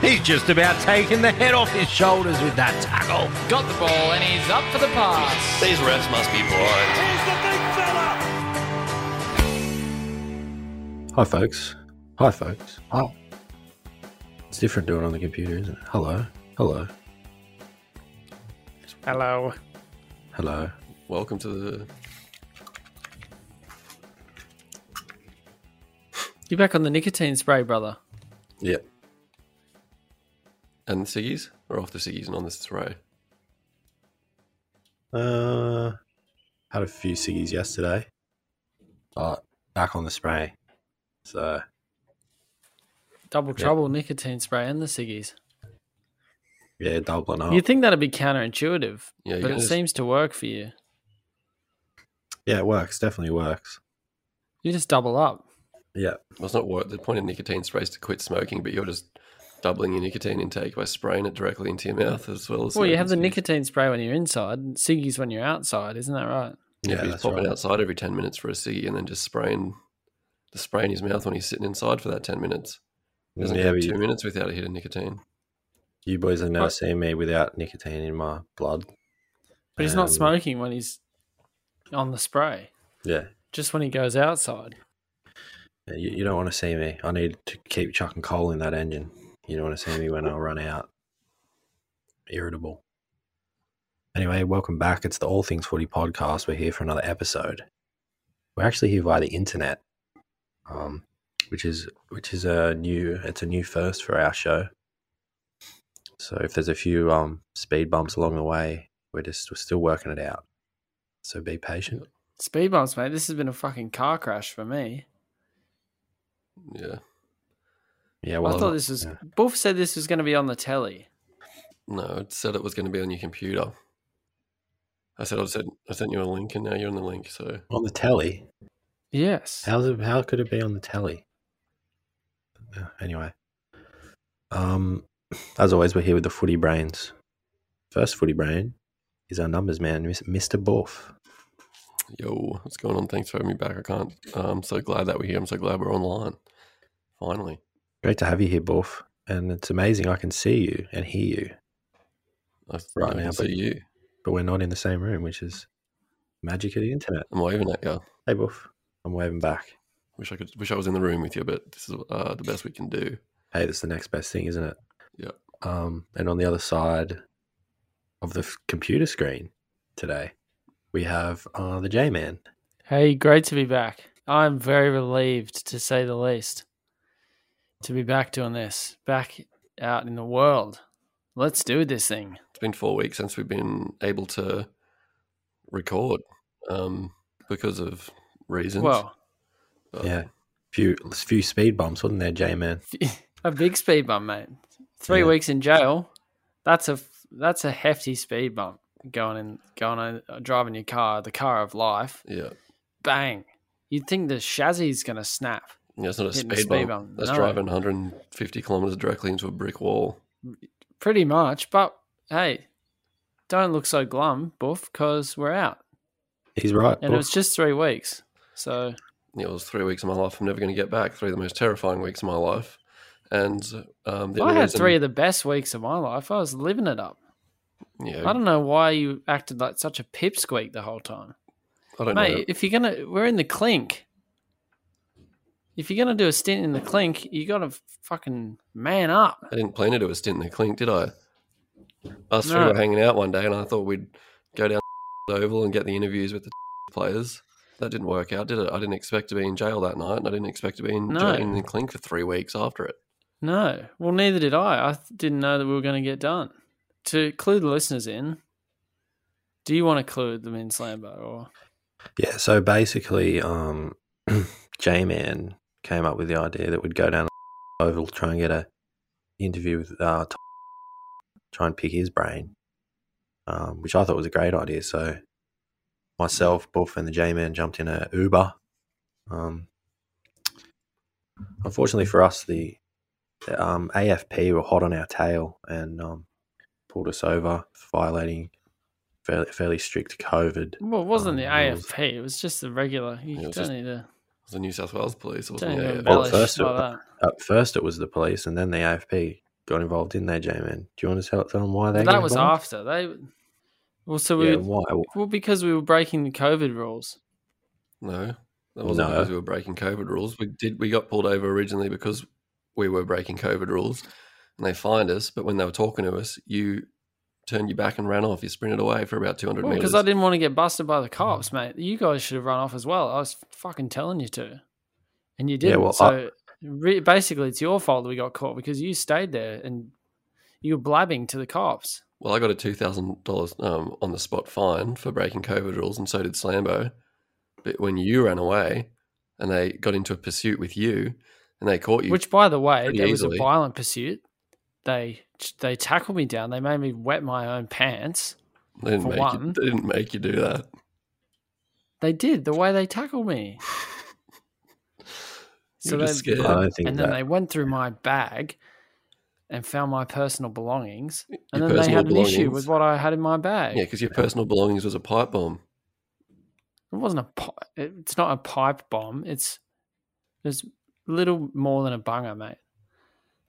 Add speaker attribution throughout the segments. Speaker 1: He's just about taken the head off his shoulders with that tackle.
Speaker 2: Got the ball and he's up for the pass.
Speaker 3: These refs must be blind.
Speaker 4: Hi, folks. Hi, folks. Hi. It's different doing it on the computer, isn't it? Hello. Hello.
Speaker 5: Hello.
Speaker 4: Hello.
Speaker 3: Welcome to the.
Speaker 2: You're back on the nicotine spray, brother.
Speaker 4: Yep.
Speaker 3: And the Siggies? We're off the Siggies and on this throw.
Speaker 4: Uh, had a few ciggies yesterday. But back on the spray. So,
Speaker 2: Double trouble, nicotine spray, and the ciggies.
Speaker 4: yeah, doubling up.
Speaker 2: You'd think that'd be counterintuitive,
Speaker 3: Yeah, you
Speaker 2: but it
Speaker 3: guys-
Speaker 2: seems to work for you.
Speaker 4: yeah, it works. Definitely works.
Speaker 2: You just double up.
Speaker 4: Yeah.
Speaker 3: Well, it's not work. The point of nicotine spray is to quit smoking, but you're just doubling your nicotine intake by spraying it directly into your mouth as well as.
Speaker 2: well, you have the
Speaker 3: smoking ciggies.
Speaker 2: nicotine spray when you're inside, and ciggies when you're outside, isn't that right?
Speaker 3: Yeah, but
Speaker 4: Yeah,
Speaker 3: he's
Speaker 4: that's
Speaker 3: popping
Speaker 4: right.
Speaker 3: outside every ten minutes for a ciggy, and then just spraying the spray in his mouth when he's sitting inside for that ten minutes. Doesn't
Speaker 4: Yeah,
Speaker 3: go
Speaker 4: but
Speaker 3: two
Speaker 4: you,
Speaker 3: minutes without a hit of nicotine.
Speaker 4: you boys have never
Speaker 2: Right.
Speaker 4: seen me without nicotine in my blood.
Speaker 2: But he's not
Speaker 4: Um,
Speaker 2: smoking when he's on the spray,
Speaker 4: Yeah.
Speaker 2: just when he goes outside.
Speaker 4: Yeah, You, you don't want to see me. I need to keep chucking coal in that engine. You don't want to see me when I run out. Irritable. Anyway, welcome back. It's the All Things Footy podcast. We're here for another episode. We're actually here via the internet, um, which is which is a new it's a new first for our show. So if there's a few um, speed bumps along the way, we're just we're still working it out. So be patient.
Speaker 2: Speed bumps, mate. This has been a fucking car crash for me.
Speaker 3: Yeah,
Speaker 4: Yeah, well,
Speaker 2: I thought this was.
Speaker 4: yeah.
Speaker 2: Boof said this was going to be on the telly.
Speaker 3: no, it said it was going to be on your computer. I said I said I sent you a link, and now you're on the link. So
Speaker 4: on the telly.
Speaker 2: Yes.
Speaker 4: How's it, how could it be on the telly? Uh, Anyway, um, as always, we're here with the footy brains. First footy brain is our numbers man, Mis- Mr. Boff.
Speaker 3: yo, what's going on? Thanks for having me back. I can't. I'm so glad that we're here. I'm so glad we're online. Finally,
Speaker 4: Great to have you here, Boff. And it's amazing I can see you and hear you,
Speaker 3: I,
Speaker 4: Right
Speaker 3: I can
Speaker 4: now,
Speaker 3: see
Speaker 4: but-
Speaker 3: you.
Speaker 4: but we're not in the same room, which is magic of the internet.
Speaker 3: I'm waving at you.
Speaker 4: Hey, Boff, I'm waving back.
Speaker 3: Wish I could. Wish I was in the room with you, but this is uh, the best we can do.
Speaker 4: Hey, that's the next best thing, isn't it?
Speaker 3: Yep.
Speaker 4: Um, and on the other side of the f- computer screen today, we have uh, the J Man.
Speaker 2: Hey, great to be back. I'm very relieved, to say the least, to be back doing this, back out in the world. Let's do this thing.
Speaker 3: It's been four weeks since we've been able to record um, because of reasons.
Speaker 2: Well,
Speaker 3: but
Speaker 4: Yeah. Few few speed bumps, wasn't there, J Man?
Speaker 2: a big speed bump, mate. Three
Speaker 4: Yeah.
Speaker 2: weeks in jail. That's a that's a hefty speed bump going in going on uh, driving your car, the car of life.
Speaker 3: yeah,
Speaker 2: Bang! You'd think the chassis is gonna snap.
Speaker 3: yeah. It's not a
Speaker 2: Hitting
Speaker 3: speed,
Speaker 2: the
Speaker 3: bump.
Speaker 2: speed bump,
Speaker 3: That's
Speaker 2: no.
Speaker 3: driving 150 kilometers directly into a brick wall.
Speaker 2: Pretty much, but hey, don't look so glum, Boof, because we're out.
Speaker 4: He's right.
Speaker 2: And it was
Speaker 4: Buff.
Speaker 2: just three weeks. So
Speaker 3: Yeah, It was three weeks of my life. I'm never going to get back. Three of the most terrifying weeks of my life. And um, the
Speaker 2: I
Speaker 3: only
Speaker 2: had
Speaker 3: reason-
Speaker 2: three of the best weeks of my life. I was living it up.
Speaker 3: Yeah,
Speaker 2: I don't know why you acted like such a pipsqueak the whole time.
Speaker 3: I don't
Speaker 2: Mate,
Speaker 3: know.
Speaker 2: if you're gonna we're in the clink. If you're gonna do a stint in the clink, you gotta fucking man up.
Speaker 3: I didn't plan to do a stint in the clink, did I? Us three
Speaker 2: No.
Speaker 3: were hanging out one day, and I thought we'd go down the Oval and get the interviews with the players. That didn't work out, did it? I didn't expect to be in jail that night, and I didn't expect to be in
Speaker 2: No.
Speaker 3: jail in the clink for three weeks after it.
Speaker 2: No. Well neither did I. I th- didn't know that we were gonna get done. To clue the listeners in, do you want to clue them in Slambo or
Speaker 4: yeah. So basically, um, J Man came up with the idea that we'd go down to Oval, try and get a interview with uh, Tom, try and pick his brain, um, which I thought was a great idea. So myself, Buff, and the J Man jumped in a Uber. Um, unfortunately for us, the, the um, AFP were hot on our tail and um, pulled us over, for violating fairly, fairly strict COVID.
Speaker 2: Well, it wasn't the
Speaker 4: Um, it was-
Speaker 2: AFP. It was just the regular. You
Speaker 3: Yeah, it
Speaker 2: don't
Speaker 3: was just-
Speaker 2: need to,
Speaker 3: It was the New South Wales police, it
Speaker 2: don't
Speaker 3: wasn't
Speaker 2: need
Speaker 3: the
Speaker 2: to
Speaker 3: AFL.
Speaker 4: Well,
Speaker 2: embellish
Speaker 4: first
Speaker 2: like
Speaker 4: of-
Speaker 2: that.
Speaker 4: At first, it was the police, and then the AFP got involved, didn't they, J Man? Do you want to tell, tell them why they
Speaker 2: But
Speaker 4: got
Speaker 2: that was
Speaker 4: involved?
Speaker 2: after they. Well, so we
Speaker 4: Yeah, why?
Speaker 2: well because we were breaking the COVID rules.
Speaker 3: No, that wasn't
Speaker 4: No.
Speaker 3: because we were breaking COVID rules. We did. We got pulled over originally because we were breaking COVID rules, and they fined us. But when they were talking to us, you turned your back and ran off. You sprinted away for about two hundred meters.
Speaker 2: Because Oh, I didn't want to get busted by the
Speaker 3: Mm.
Speaker 2: cops, mate. You guys should have run off as well. I was fucking telling you to, and you
Speaker 4: Yeah,
Speaker 2: didn't.
Speaker 4: well, I-
Speaker 2: so re- basically, it's your fault that we got caught because you stayed there and you were blabbing to the cops.
Speaker 3: Well, I got a two thousand dollars um, on the spot fine for breaking COVID rules, and so did Slambo. But when you ran away, and they got into a pursuit with you, and they caught you,
Speaker 2: Which, by the way,
Speaker 3: pretty
Speaker 2: there was
Speaker 3: easily.
Speaker 2: a violent pursuit. They they tackled me down. They made me wet my own pants.
Speaker 3: they didn't
Speaker 2: for
Speaker 3: make you,
Speaker 2: one-
Speaker 3: they didn't make you do that.
Speaker 2: They did the way they tackled me.
Speaker 3: You were just scared.
Speaker 4: I don't think
Speaker 2: and
Speaker 4: that.
Speaker 2: then they went through my bag and found my personal belongings. And then
Speaker 3: Your
Speaker 2: they
Speaker 3: personal
Speaker 2: had an issue
Speaker 3: belongings.
Speaker 2: with what I had in my bag.
Speaker 3: Yeah, because your personal belongings was a pipe bomb.
Speaker 2: It wasn't a pi- it's not a pipe bomb. It's it's little more than a bunger, mate.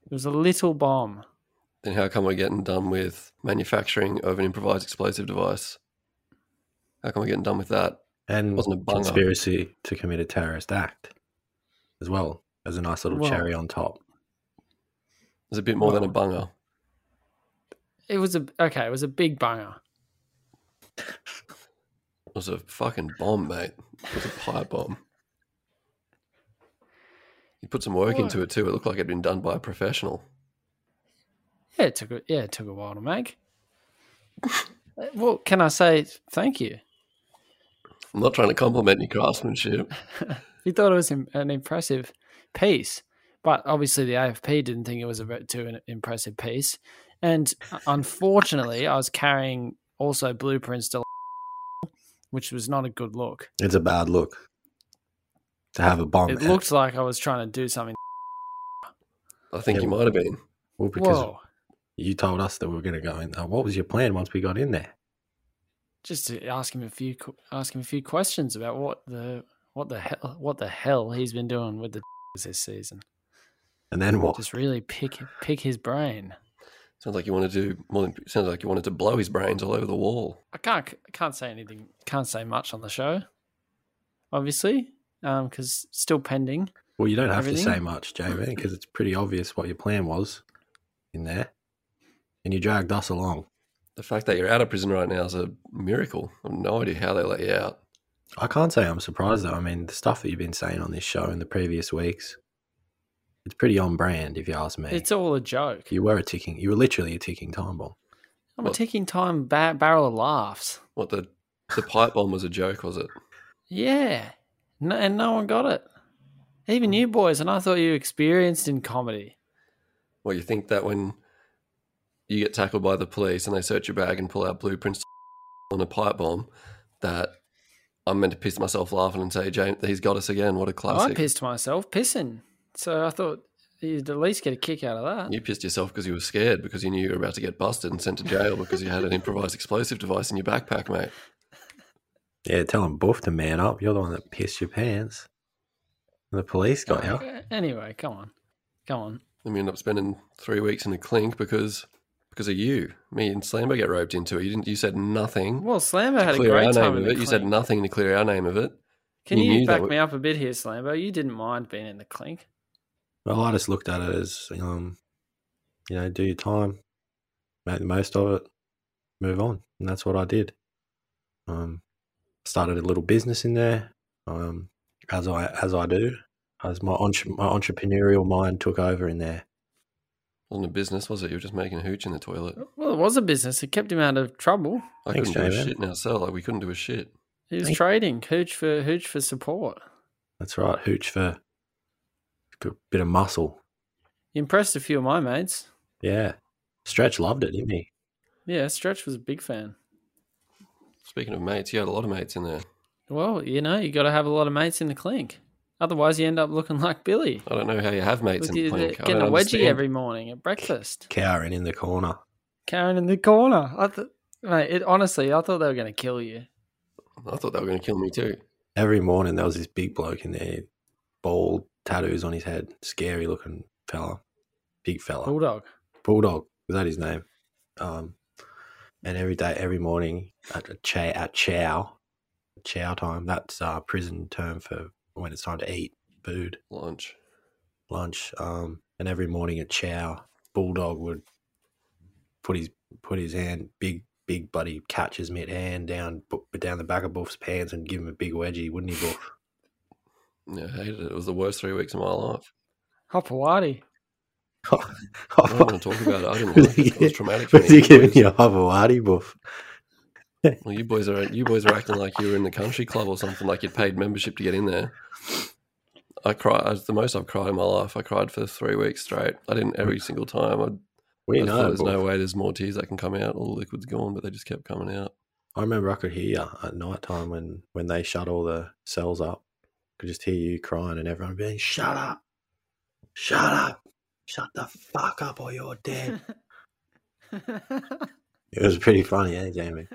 Speaker 2: It was a little bomb.
Speaker 3: Then how come we're getting done with manufacturing of an improvised explosive device? How come we're getting done with that?
Speaker 4: and
Speaker 3: wasn't a banger.
Speaker 4: conspiracy to commit a terrorist act as well as a nice little
Speaker 2: Well-
Speaker 4: cherry on top.
Speaker 3: It's a bit more than a bunger.
Speaker 2: It was a okay, it was a big bunger.
Speaker 3: It was a fucking bomb, mate. It was a pipe bomb. You put some work
Speaker 2: What?
Speaker 3: into it too. It looked like it'd been done by a professional.
Speaker 2: Yeah, it took a, yeah, it took a while to make. Uh, well, can I say thank you?
Speaker 3: I'm not trying to compliment your craftsmanship.
Speaker 2: He thought it was im- an impressive piece, but obviously the AFP didn't think it was a bit too an impressive piece. And uh, unfortunately, I was carrying also blueprints to, which was not a good look.
Speaker 4: It's a bad look to have a bomb.
Speaker 2: It
Speaker 4: at-
Speaker 2: looked like I was trying to do something.
Speaker 3: I think
Speaker 4: Yeah.
Speaker 3: you might have been.
Speaker 4: well, because
Speaker 2: Whoa!
Speaker 4: you told us that we were going to go in. there. What was your plan once we got in there?
Speaker 2: Just to ask him a few qu- ask him a few questions about what the what the hell what the hell he's been doing with the this season.
Speaker 4: And then what?
Speaker 2: Just really pick pick his brain.
Speaker 3: Sounds like you wanted to more than, sounds like you wanted to blow his brains all over the wall.
Speaker 2: I can't I can't say anything. Can't say much on the show, obviously, because still pending.
Speaker 4: Well, you don't have to say
Speaker 2: Everything?
Speaker 4: much, JV, because it's pretty obvious what your plan was in there. And you dragged us along.
Speaker 3: The fact that you're out of prison right now is a miracle. I've no idea how they let you out.
Speaker 4: I can't say I'm surprised, though. I mean, the stuff that you've been saying on this show in the previous weeks, it's pretty on brand, if you ask me.
Speaker 2: It's all a joke.
Speaker 4: you were a ticking, you were literally a ticking time bomb.
Speaker 2: I'm a ticking time ba- barrel of laughs.
Speaker 3: What the the pipe bomb was a joke, was it?
Speaker 2: Yeah, no, and no one got it. Even you boys, and I thought you experienced in comedy.
Speaker 3: Well, you think that when you get tackled by the police and they search your bag and pull out blueprints on a pipe bomb, that I'm meant to piss myself laughing and say, James, he's got us again. What
Speaker 2: Oh,
Speaker 3: a
Speaker 2: I
Speaker 3: classic.
Speaker 2: pissed myself pissing, so I thought you'd at least get a kick out of that.
Speaker 3: you pissed yourself because you were scared because you knew you were about to get busted and sent to jail because you had an improvised explosive device in your backpack, mate.
Speaker 4: Yeah, tell him Boof to man up. You're the one that pissed your pants. And the police got you.
Speaker 2: Anyway, come on, come on.
Speaker 3: And we end up spending three weeks in a clink because because of you. Me and Slambo get roped into it. You didn't. You said nothing.
Speaker 2: Well, Slambo had a
Speaker 3: clear our
Speaker 2: great
Speaker 3: name
Speaker 2: time
Speaker 3: of
Speaker 2: in
Speaker 3: it.
Speaker 2: the
Speaker 3: You said
Speaker 2: clink.
Speaker 3: nothing to clear our name of it.
Speaker 2: Can
Speaker 3: You
Speaker 2: you,
Speaker 3: knew that
Speaker 2: back
Speaker 3: w-
Speaker 2: me up a bit here, Slambo? You didn't mind being in the clink.
Speaker 4: Well, I just looked at it as, um, you know, do your time, make the most of it, move on. And that's what I did. Um, started a little business in there, um, as I as I do, as my entre- my entrepreneurial mind took over in there.
Speaker 3: wasn't a business, was it? You were just making a hooch in the toilet.
Speaker 2: Well, it was a business. It kept him out of trouble.
Speaker 3: I
Speaker 4: Thanks,
Speaker 3: couldn't do a
Speaker 4: J-Man.
Speaker 3: shit in our cell. Like we couldn't do a shit.
Speaker 2: He was
Speaker 4: Thank-
Speaker 2: trading hooch for hooch for support.
Speaker 4: That's right, hooch for a bit of muscle.
Speaker 2: He impressed a few of my mates.
Speaker 4: Yeah, Stretch loved it, didn't he?
Speaker 2: Yeah, Stretch was a big fan.
Speaker 3: Speaking of mates, you had a lot of mates in there.
Speaker 2: Well, you know, you got to have a lot of mates in the clink. Otherwise, you end up looking like Billy.
Speaker 3: I don't know how you have mates
Speaker 2: With
Speaker 3: in the
Speaker 2: you
Speaker 3: clink. I
Speaker 2: getting a
Speaker 3: don't
Speaker 2: wedgie
Speaker 3: understand.
Speaker 2: every morning at breakfast.
Speaker 4: Cowering in the corner.
Speaker 2: Karen in the corner. I th- mate, it, honestly, I thought they were going to kill you.
Speaker 3: I thought they were going to kill me too.
Speaker 4: every morning there was this big bloke in there, bald, tattoos on his head, scary looking fella, big fella.
Speaker 2: Bulldog.
Speaker 4: Bulldog was that his name? Um, and every day, every morning at a chow, at chow, chow time. That's uh, prison term for when it's time to eat food,
Speaker 3: Lunch.
Speaker 4: lunch. Um, and every morning at chow, Bulldog would put his put his hand big big buddy catches mid hand down bu- down the back of Buff's pants and give him a big wedgie, wouldn't he, Buff?
Speaker 3: Yeah, I hated it. It was the worst three weeks of my life.
Speaker 2: Hopawati.
Speaker 3: I don't want to talk about it. I didn't like it. It was traumatic for
Speaker 4: Was he
Speaker 3: me.
Speaker 4: giving you a Havarti buff?
Speaker 3: Well, you boys are you boys are acting like you were in the country club or something, like you'd paid membership to get in there. I cried. That's the most I've cried in my life. I cried for three weeks straight. I didn't every single time. I,
Speaker 4: We
Speaker 3: I thought
Speaker 4: know.
Speaker 3: there's
Speaker 4: Buff.
Speaker 3: no way there's more tears that can come out. All the liquid's gone, but they just kept coming out.
Speaker 4: I remember I could hear you at night time when, when they shut all the cells up. could just hear you crying and everyone being, shut up, shut up, shut the fuck up or you're dead. it was pretty funny, eh, Jamie?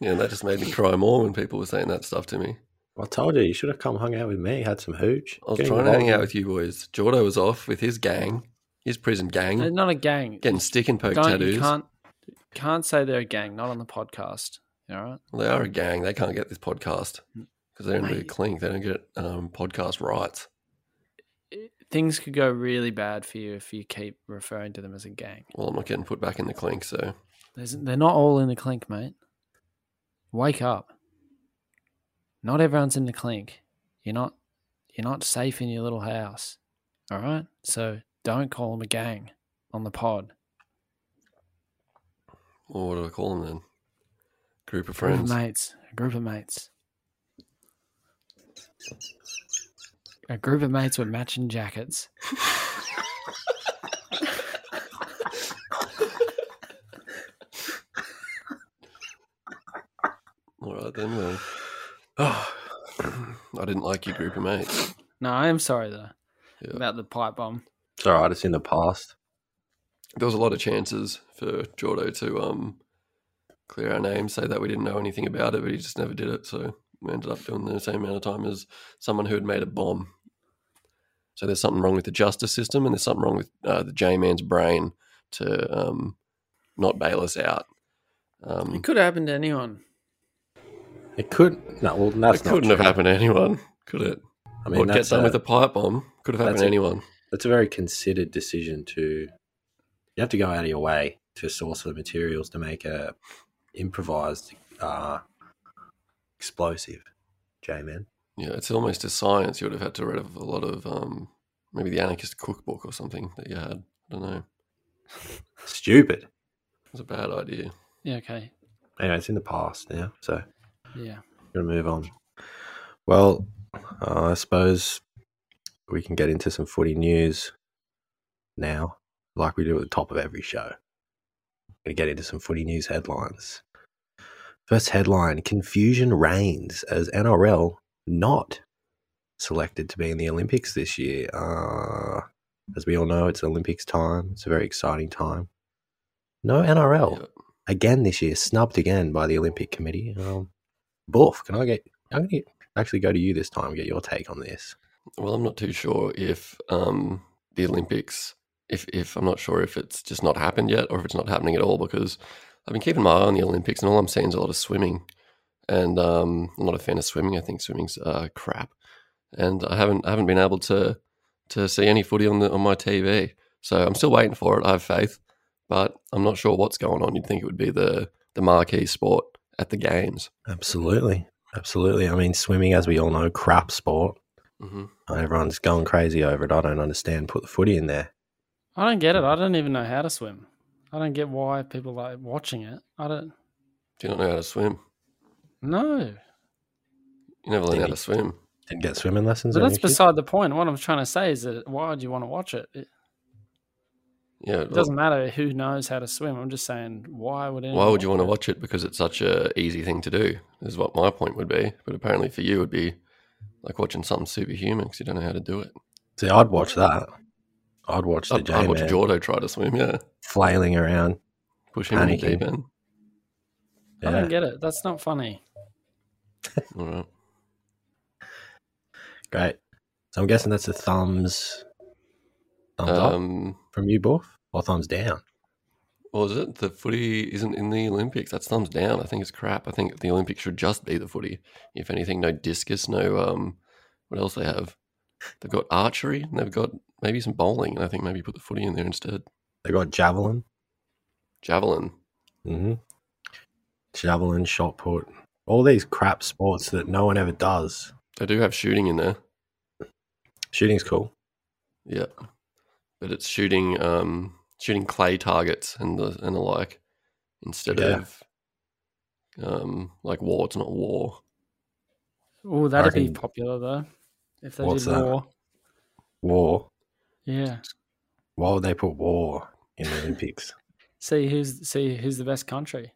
Speaker 3: Yeah, and that just made me cry more when people were saying that stuff to me.
Speaker 4: I told you, you should have come hung out with me, had some hooch.
Speaker 3: I was trying to hang out with you boys. Jordo was off with his gang, his prison gang,
Speaker 2: They're not a gang.
Speaker 3: getting stick and poke
Speaker 2: Don't,
Speaker 3: tattoos.
Speaker 2: you can't can't say they're a gang. Not on the podcast. All right.
Speaker 3: Well, they are a gang. They can't get this podcast because they're in the
Speaker 2: Mate.
Speaker 3: clink. They don't get um, podcast rights.
Speaker 2: It- Eh, Things could go really bad for you if you keep referring to them as a gang.
Speaker 3: Well, I'm not getting put back in the clink, so
Speaker 2: There's, they're not all in the clink, mate. Wake up. Not everyone's in the clink. You're not you're not safe in your little house. All right? So don't call them a gang on the pod.
Speaker 3: well, what do I call them then?
Speaker 2: Group
Speaker 3: Group of
Speaker 2: of
Speaker 3: friends.
Speaker 2: mates. A group of mates. A group of mates with matching jackets.
Speaker 3: All right then. Well,
Speaker 4: Oh,
Speaker 3: I didn't like your group of mates.
Speaker 2: No, I am sorry though
Speaker 3: Yeah.
Speaker 2: about the pipe bomb.
Speaker 4: it's all right, it's in the past.
Speaker 3: There was a lot of chances for Jordo to um, clear our name, say that we didn't know anything about it, but he just never did it. So we ended up doing the same amount of time as someone who had made a bomb. So there's something wrong with the justice system, and there's something wrong with uh, the J man's brain to um, not bail us out. Um,
Speaker 2: It could happen to anyone.
Speaker 4: It could, no, well, that's
Speaker 3: it
Speaker 4: not
Speaker 3: couldn't have
Speaker 4: true.
Speaker 3: happened to anyone, could it?
Speaker 4: I
Speaker 3: what
Speaker 4: mean,
Speaker 3: gets
Speaker 4: that's
Speaker 3: done
Speaker 4: a,
Speaker 3: with a pipe bomb could have happened
Speaker 4: that's
Speaker 3: to
Speaker 4: a-
Speaker 3: anyone.
Speaker 4: that's a very considered decision to, you have to go out of your way to source the materials to make a improvised uh, explosive, J-Man.
Speaker 3: Yeah, it's almost a science. You would have had to read of a lot of um, maybe the anarchist cookbook or something that you had. I don't know.
Speaker 4: Stupid.
Speaker 3: It's a bad idea.
Speaker 2: Yeah, okay.
Speaker 4: Anyway, it's in the past now, so
Speaker 2: Yeah.
Speaker 4: gonna move on. Well, uh, I suppose we can get into some footy news now, like we do at the top of every show. Gonna get into some footy news headlines. First headline: Confusion reigns as NRL not selected to be in the Olympics this year. Uh, as we all know, it's Olympics time. It's a very exciting time. No NRL
Speaker 3: Yeah.
Speaker 4: again this year, snubbed again by the Olympic Committee. Um, Boof, can I get? I'm going to actually go to you this time. Get your take on this.
Speaker 3: Well, I'm not too sure if um, the Olympics, if, if I'm not sure if it's just not happened yet or if it's not happening at all because I've been keeping my eye on the Olympics and all I'm seeing is a lot of swimming. And um, I'm not a fan of swimming. I think swimming's uh, crap. And I haven't I haven't been able to to see any footy on the on my TV. So I'm still waiting for it. I have faith, but I'm not sure what's going on. You'd think it would be the the marquee sport at the games.
Speaker 4: Absolutely, absolutely. I mean, swimming, as we all know, crap sport. Uh,
Speaker 3: Mm-hmm.
Speaker 4: Everyone's going crazy over it. I don't understand. Put the footy in there.
Speaker 2: I don't get it. I don't even know how to swim. I don't get why people like watching it. I don't
Speaker 3: Do you not know how to swim?
Speaker 2: know.
Speaker 3: You never learn how
Speaker 4: Maybe.
Speaker 3: to swim.
Speaker 4: Didn't get swimming lessons.
Speaker 2: But
Speaker 4: when
Speaker 2: that's
Speaker 4: you're a kid?
Speaker 2: beside the point. What I'm trying to say is that why do you want to watch it? It
Speaker 3: Yeah,
Speaker 2: it doesn't matter who knows how to swim. I'm just saying, why would anyone?
Speaker 3: Why would you want to watch it? Because it's such a easy thing to do. Is what my point would be. But apparently for you, it'd be like watching something superhuman because you don't know how to do it.
Speaker 4: See, I'd watch that. I'd watch the
Speaker 3: I'd, I'd watch
Speaker 4: J-man
Speaker 3: Jordo try to swim. Yeah,
Speaker 4: flailing around.
Speaker 3: push him in the
Speaker 4: Panicking.
Speaker 3: deep end.
Speaker 2: I
Speaker 4: Yeah.
Speaker 2: don't get it. That's not funny.
Speaker 3: All right.
Speaker 4: Great. So I'm guessing that's a thumbs, thumbs up
Speaker 3: Um,
Speaker 4: from you, Boof. Or thumbs down.
Speaker 3: What was it? The footy isn't in the Olympics. That's thumbs down. I think it's crap. I think the Olympics should just be the footy. If anything, no discus, no um, what else they have? They've got archery and they've got maybe some bowling. And I think maybe put the footy in there instead.
Speaker 4: They got javelin.
Speaker 3: Javelin.
Speaker 4: Mm-hmm. Javelin, shot put. All these crap sports that no one ever does.
Speaker 3: They do have shooting in there.
Speaker 4: Shooting's cool.
Speaker 3: Yeah, but it's shooting um shooting clay targets and the and the like instead
Speaker 4: Yeah.
Speaker 3: of um like war. It's not war.
Speaker 2: Oh, that'd be
Speaker 4: reckon-
Speaker 2: popular though. If they
Speaker 4: What's
Speaker 2: did
Speaker 4: that?
Speaker 2: more.
Speaker 4: War.
Speaker 2: Yeah.
Speaker 4: Why would they put war in the Olympics?
Speaker 2: See who's see who's the best country.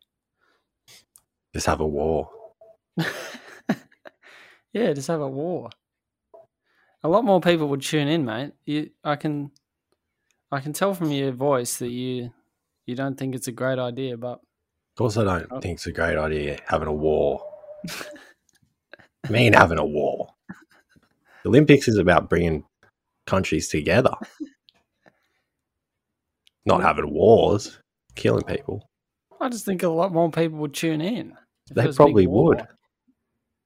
Speaker 4: Just have a war.
Speaker 2: yeah, just have a war. A lot more people would tune in, mate. You, I can, I can tell from your voice that you, you don't think it's a great idea. But
Speaker 4: Of course, I don't
Speaker 2: Oh.
Speaker 4: think it's a great idea having a war. I mean, having a war. The Olympics is about bringing countries together, not having wars, killing people.
Speaker 2: I just think a lot more people would tune in. if there
Speaker 4: They
Speaker 2: was a big
Speaker 4: probably
Speaker 2: war.
Speaker 4: would.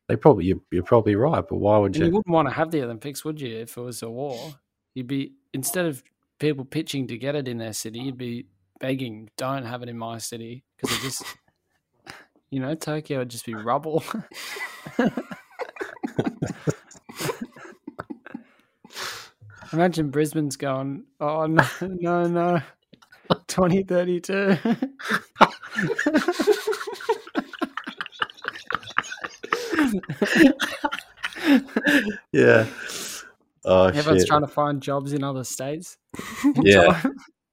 Speaker 4: They probably you're, you're probably right, but why would
Speaker 2: And you
Speaker 4: you?
Speaker 2: wouldn't want to have the Olympics, would you? If it was a war, you'd be instead of people pitching to get it in their city, you'd be begging, "Don't have it in my city," because it just, you know, Tokyo would just be rubble. Imagine Brisbane's going, "Oh no, no, no, twenty thirty two.
Speaker 4: Yeah. Oh
Speaker 2: Everyone's
Speaker 4: shit!
Speaker 2: trying to find jobs in other states,
Speaker 4: yeah,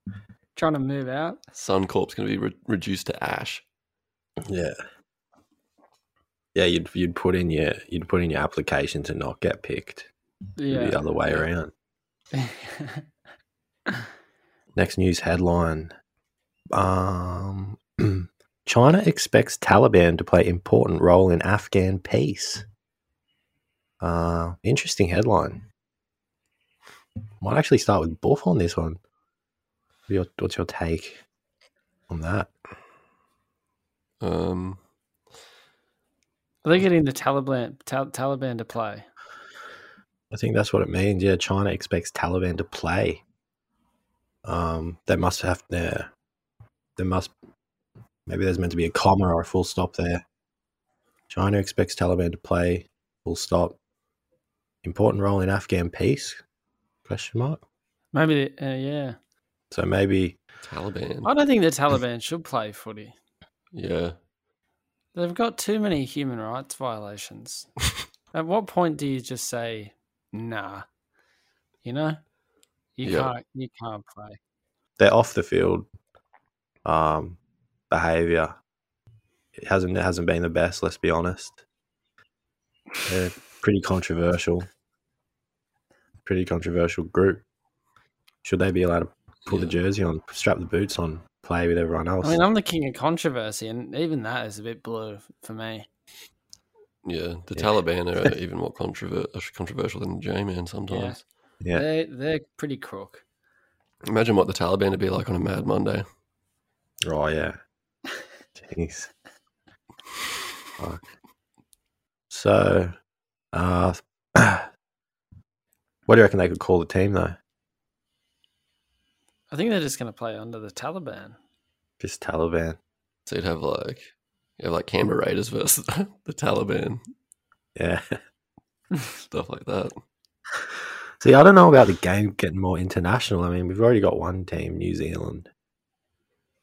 Speaker 2: trying to move out.
Speaker 3: Suncorp's going to be re- reduced to ash.
Speaker 4: yeah, yeah. You'd you'd put in your you'd put in your application to not get picked.
Speaker 2: Yeah.
Speaker 4: The other way around.
Speaker 2: yeah.
Speaker 4: Next news headline. Um, China expects Taliban to play important role in Afghan peace. Uh, interesting headline. Might actually start with Buff on this one. What's your, what's your take on that?
Speaker 3: Um,
Speaker 2: They're getting the Taliban Tal- Taliban to play.
Speaker 4: I think that's what it means. Yeah, China expects Taliban to play. Um, they must have their. There must. Maybe there's meant to be a comma or a full stop there. China expects Taliban to play. Full stop. Important role in Afghan peace? Question mark.
Speaker 2: Maybe, they, uh, yeah.
Speaker 4: So maybe
Speaker 3: Taliban.
Speaker 2: I don't think the Taliban should play footy.
Speaker 3: yeah.
Speaker 2: They've got too many human rights violations. At what point do you just say, "Nah," you know, you
Speaker 3: Yeah.
Speaker 2: can't, you can't play.
Speaker 4: their off the field um, behavior it hasn't it hasn't been the best. Let's be honest. They're pretty controversial. Pretty controversial group. Should they be allowed to pull the
Speaker 3: Yeah.
Speaker 4: jersey on, strap the boots on, play with everyone else?
Speaker 2: I mean, I'm the king of controversy, and even that is a bit blue for me.
Speaker 3: Yeah, the
Speaker 4: Yeah.
Speaker 3: Taliban are even more controver- controversial than J Man sometimes.
Speaker 4: yeah,
Speaker 2: They they're pretty crook.
Speaker 3: Imagine what the Taliban would be like on a Mad Monday.
Speaker 4: Oh yeah. Jeez. Fuck. So, uh, what do you reckon they could call the team though?
Speaker 2: I think they're just going to play under the Taliban.
Speaker 4: Just Taliban.
Speaker 3: So you'd have like, you have like Canberra Raiders versus the, Taliban,
Speaker 4: Yeah.
Speaker 3: stuff like that.
Speaker 4: See, I don't know about the game getting more international. I mean, we've already got one team, New Zealand.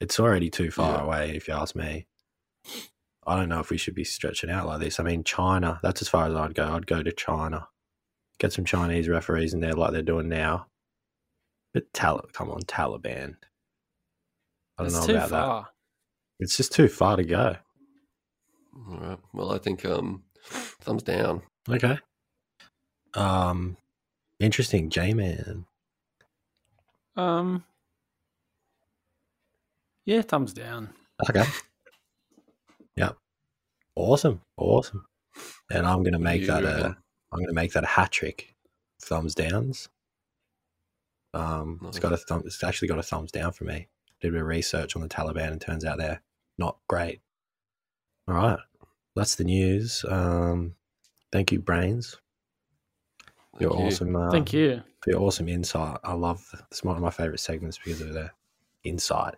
Speaker 4: It's already too far
Speaker 3: Yeah.
Speaker 4: away, if you ask me. I don't know if we should be stretching out like this. I mean, China, that's as far as I'd go. I'd go to China, get some Chinese referees in there like they're doing now. But Tal- come on, Taliban. I don't
Speaker 2: It's
Speaker 4: know
Speaker 2: too
Speaker 4: about that.
Speaker 2: far.
Speaker 4: It's just too far to go.
Speaker 3: All right. Well, I think um, thumbs down.
Speaker 4: Okay. Um, interesting, J Man.
Speaker 2: Um. Yeah, thumbs down.
Speaker 4: Okay. yeah. Awesome. Awesome. And I'm gonna make
Speaker 3: You
Speaker 4: that a
Speaker 3: reckon?
Speaker 4: I'm gonna make that a hat trick. Thumbs downs. Um,
Speaker 3: Not
Speaker 4: it's got a thumb. It's actually got a thumbs down for me. Did a bit of research on the Taliban, and turns out they're not great. All right, that's the news. Um, thank you, brains. You're
Speaker 3: Thank you.
Speaker 4: awesome. Uh,
Speaker 2: Thank you.
Speaker 4: for your awesome insight. I love it's one of my favorite segments because of the insight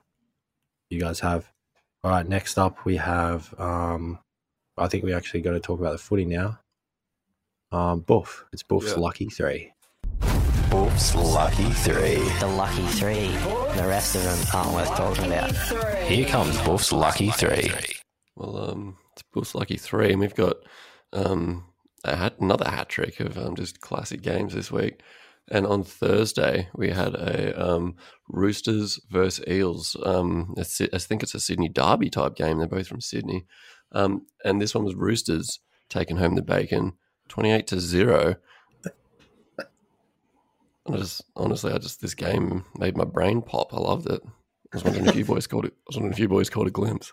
Speaker 4: you guys have. All right, next up we have. Um, I think we actually got to talk about the footy now. Um, Boof, it's Boof's
Speaker 3: Yeah.
Speaker 4: lucky three.
Speaker 5: Boof's lucky three.
Speaker 6: The lucky three. The rest of them aren't worth talking about.
Speaker 5: Here comes Boof's lucky three.
Speaker 3: Well, um, it's Buffs lucky three, and we've got um, a hat, another hat trick of um, just classic games this week. And on Thursday, we had a um, Roosters versus Eels. Um, it's, Sy- I think it's a Sydney Derby type game. They're both from Sydney, um, and this one was Roosters taking home the bacon, twenty-eight to zero. And I just honestly, I just this game made my brain pop. I loved it. I was wondering if you boys caught it. I was wondering if you boys caught a glimpse.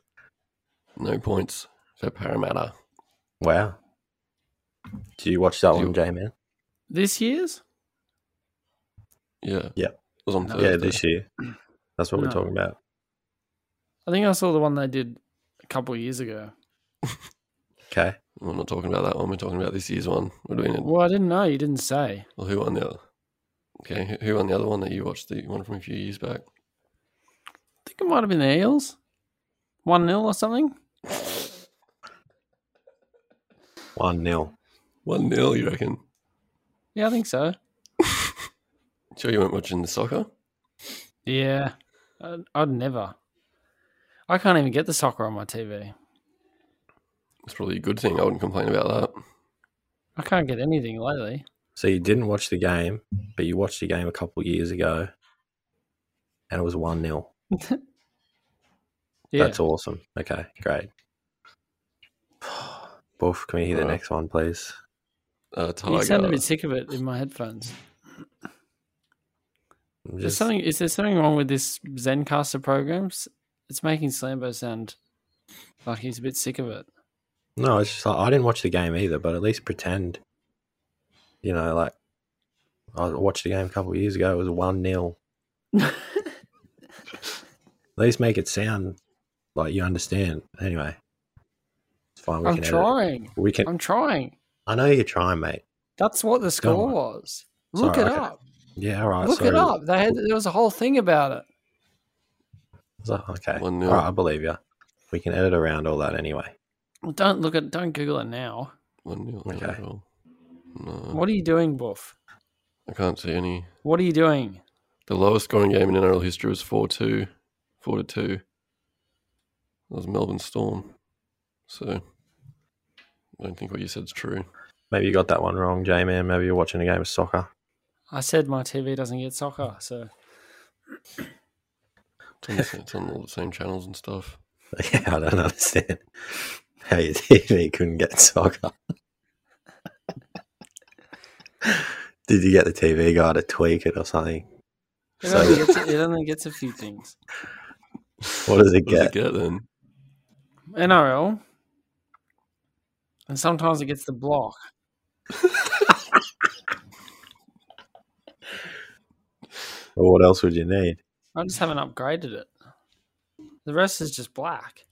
Speaker 3: No points for Parramatta.
Speaker 4: Wow. Do you watch that
Speaker 3: Do you-
Speaker 4: one, J man?
Speaker 2: This year's?
Speaker 3: Yeah.
Speaker 4: Yeah.
Speaker 3: It was on Thursday.
Speaker 4: Yeah, this year. That's what we're
Speaker 2: No.
Speaker 4: talking about.
Speaker 2: I think I saw the one they did a couple of years ago.
Speaker 4: Okay.
Speaker 3: We're not talking about that one. We're talking about this year's one. We're doing it.
Speaker 2: Well, I didn't know. You didn't say.
Speaker 3: Well, who won the other? Okay, who- who won the other one that you watched? The one from a few years back.
Speaker 2: I think it might have been the Eels. 1 0 or something.
Speaker 4: One 0
Speaker 3: One 0 you reckon?
Speaker 2: Yeah, I think so.
Speaker 3: Sure, you weren't watching the soccer.
Speaker 2: Yeah. I'd, I'd never. I can't even get the soccer on my TV.
Speaker 3: It's probably a good thing. I wouldn't complain about that.
Speaker 2: I can't get anything lately.
Speaker 4: So you didn't watch the game, but you watched the game a couple of years ago, and it was one 0
Speaker 2: Yeah.
Speaker 4: That's awesome. Okay, great. Boof, can we hear the
Speaker 3: Alright.
Speaker 4: next one, please?
Speaker 3: Uh,
Speaker 2: You sound a
Speaker 3: Tiger.
Speaker 2: bit sick of it in my headphones.
Speaker 4: I'm
Speaker 2: There's
Speaker 4: just-
Speaker 2: something. Is there something wrong with this ZenCaster program? S- It's making Slambo sound like he's a bit sick of it.
Speaker 4: No, it's just like, I didn't watch the game either, but at least pretend. You know, like I watched the game a couple of years ago. It was one 0 At least make it sound like you understand. Anyway, it's fine. We
Speaker 2: I'm
Speaker 4: can edit it.
Speaker 2: trying.
Speaker 4: We can.
Speaker 2: I'm trying.
Speaker 4: I know you're trying, mate.
Speaker 2: That's what the score
Speaker 4: on.
Speaker 2: was. Look
Speaker 4: Sorry,
Speaker 2: it
Speaker 4: okay.
Speaker 2: up.
Speaker 4: Yeah, all right.
Speaker 2: Look it
Speaker 4: Uh, sorry.
Speaker 2: up. They had, there was a whole thing about it.
Speaker 4: It's like, Okay, all
Speaker 3: One nil.
Speaker 4: right. I believe you. We can edit around all that anyway.
Speaker 2: Well, Don't look at. Don't Google it now.
Speaker 3: One 0
Speaker 4: Okay. Mm.
Speaker 3: No,
Speaker 2: What are you doing, Boof?
Speaker 3: I can't see any.
Speaker 2: What are you doing?
Speaker 3: The lowest scoring game in NRL history was four two, four to two. That was Melbourne Storm. So I don't think what you said's true.
Speaker 4: Maybe you got that one wrong, J man. Maybe you're watching a game of soccer.
Speaker 2: I said my TV doesn't get soccer, so
Speaker 3: It's on, the sa- it's on all the same channels and stuff.
Speaker 4: Yeah, I don't understand how your TV couldn't get soccer. Did you get the TV guy to tweak it or something?
Speaker 2: it
Speaker 4: So-
Speaker 2: only gets, it only gets a few things.
Speaker 4: What does
Speaker 3: What
Speaker 4: it
Speaker 3: does
Speaker 4: get?
Speaker 3: it get then?
Speaker 2: NRL, and sometimes it gets the block.
Speaker 4: Or what else would you need?
Speaker 2: I just haven't upgraded it. The rest is just black.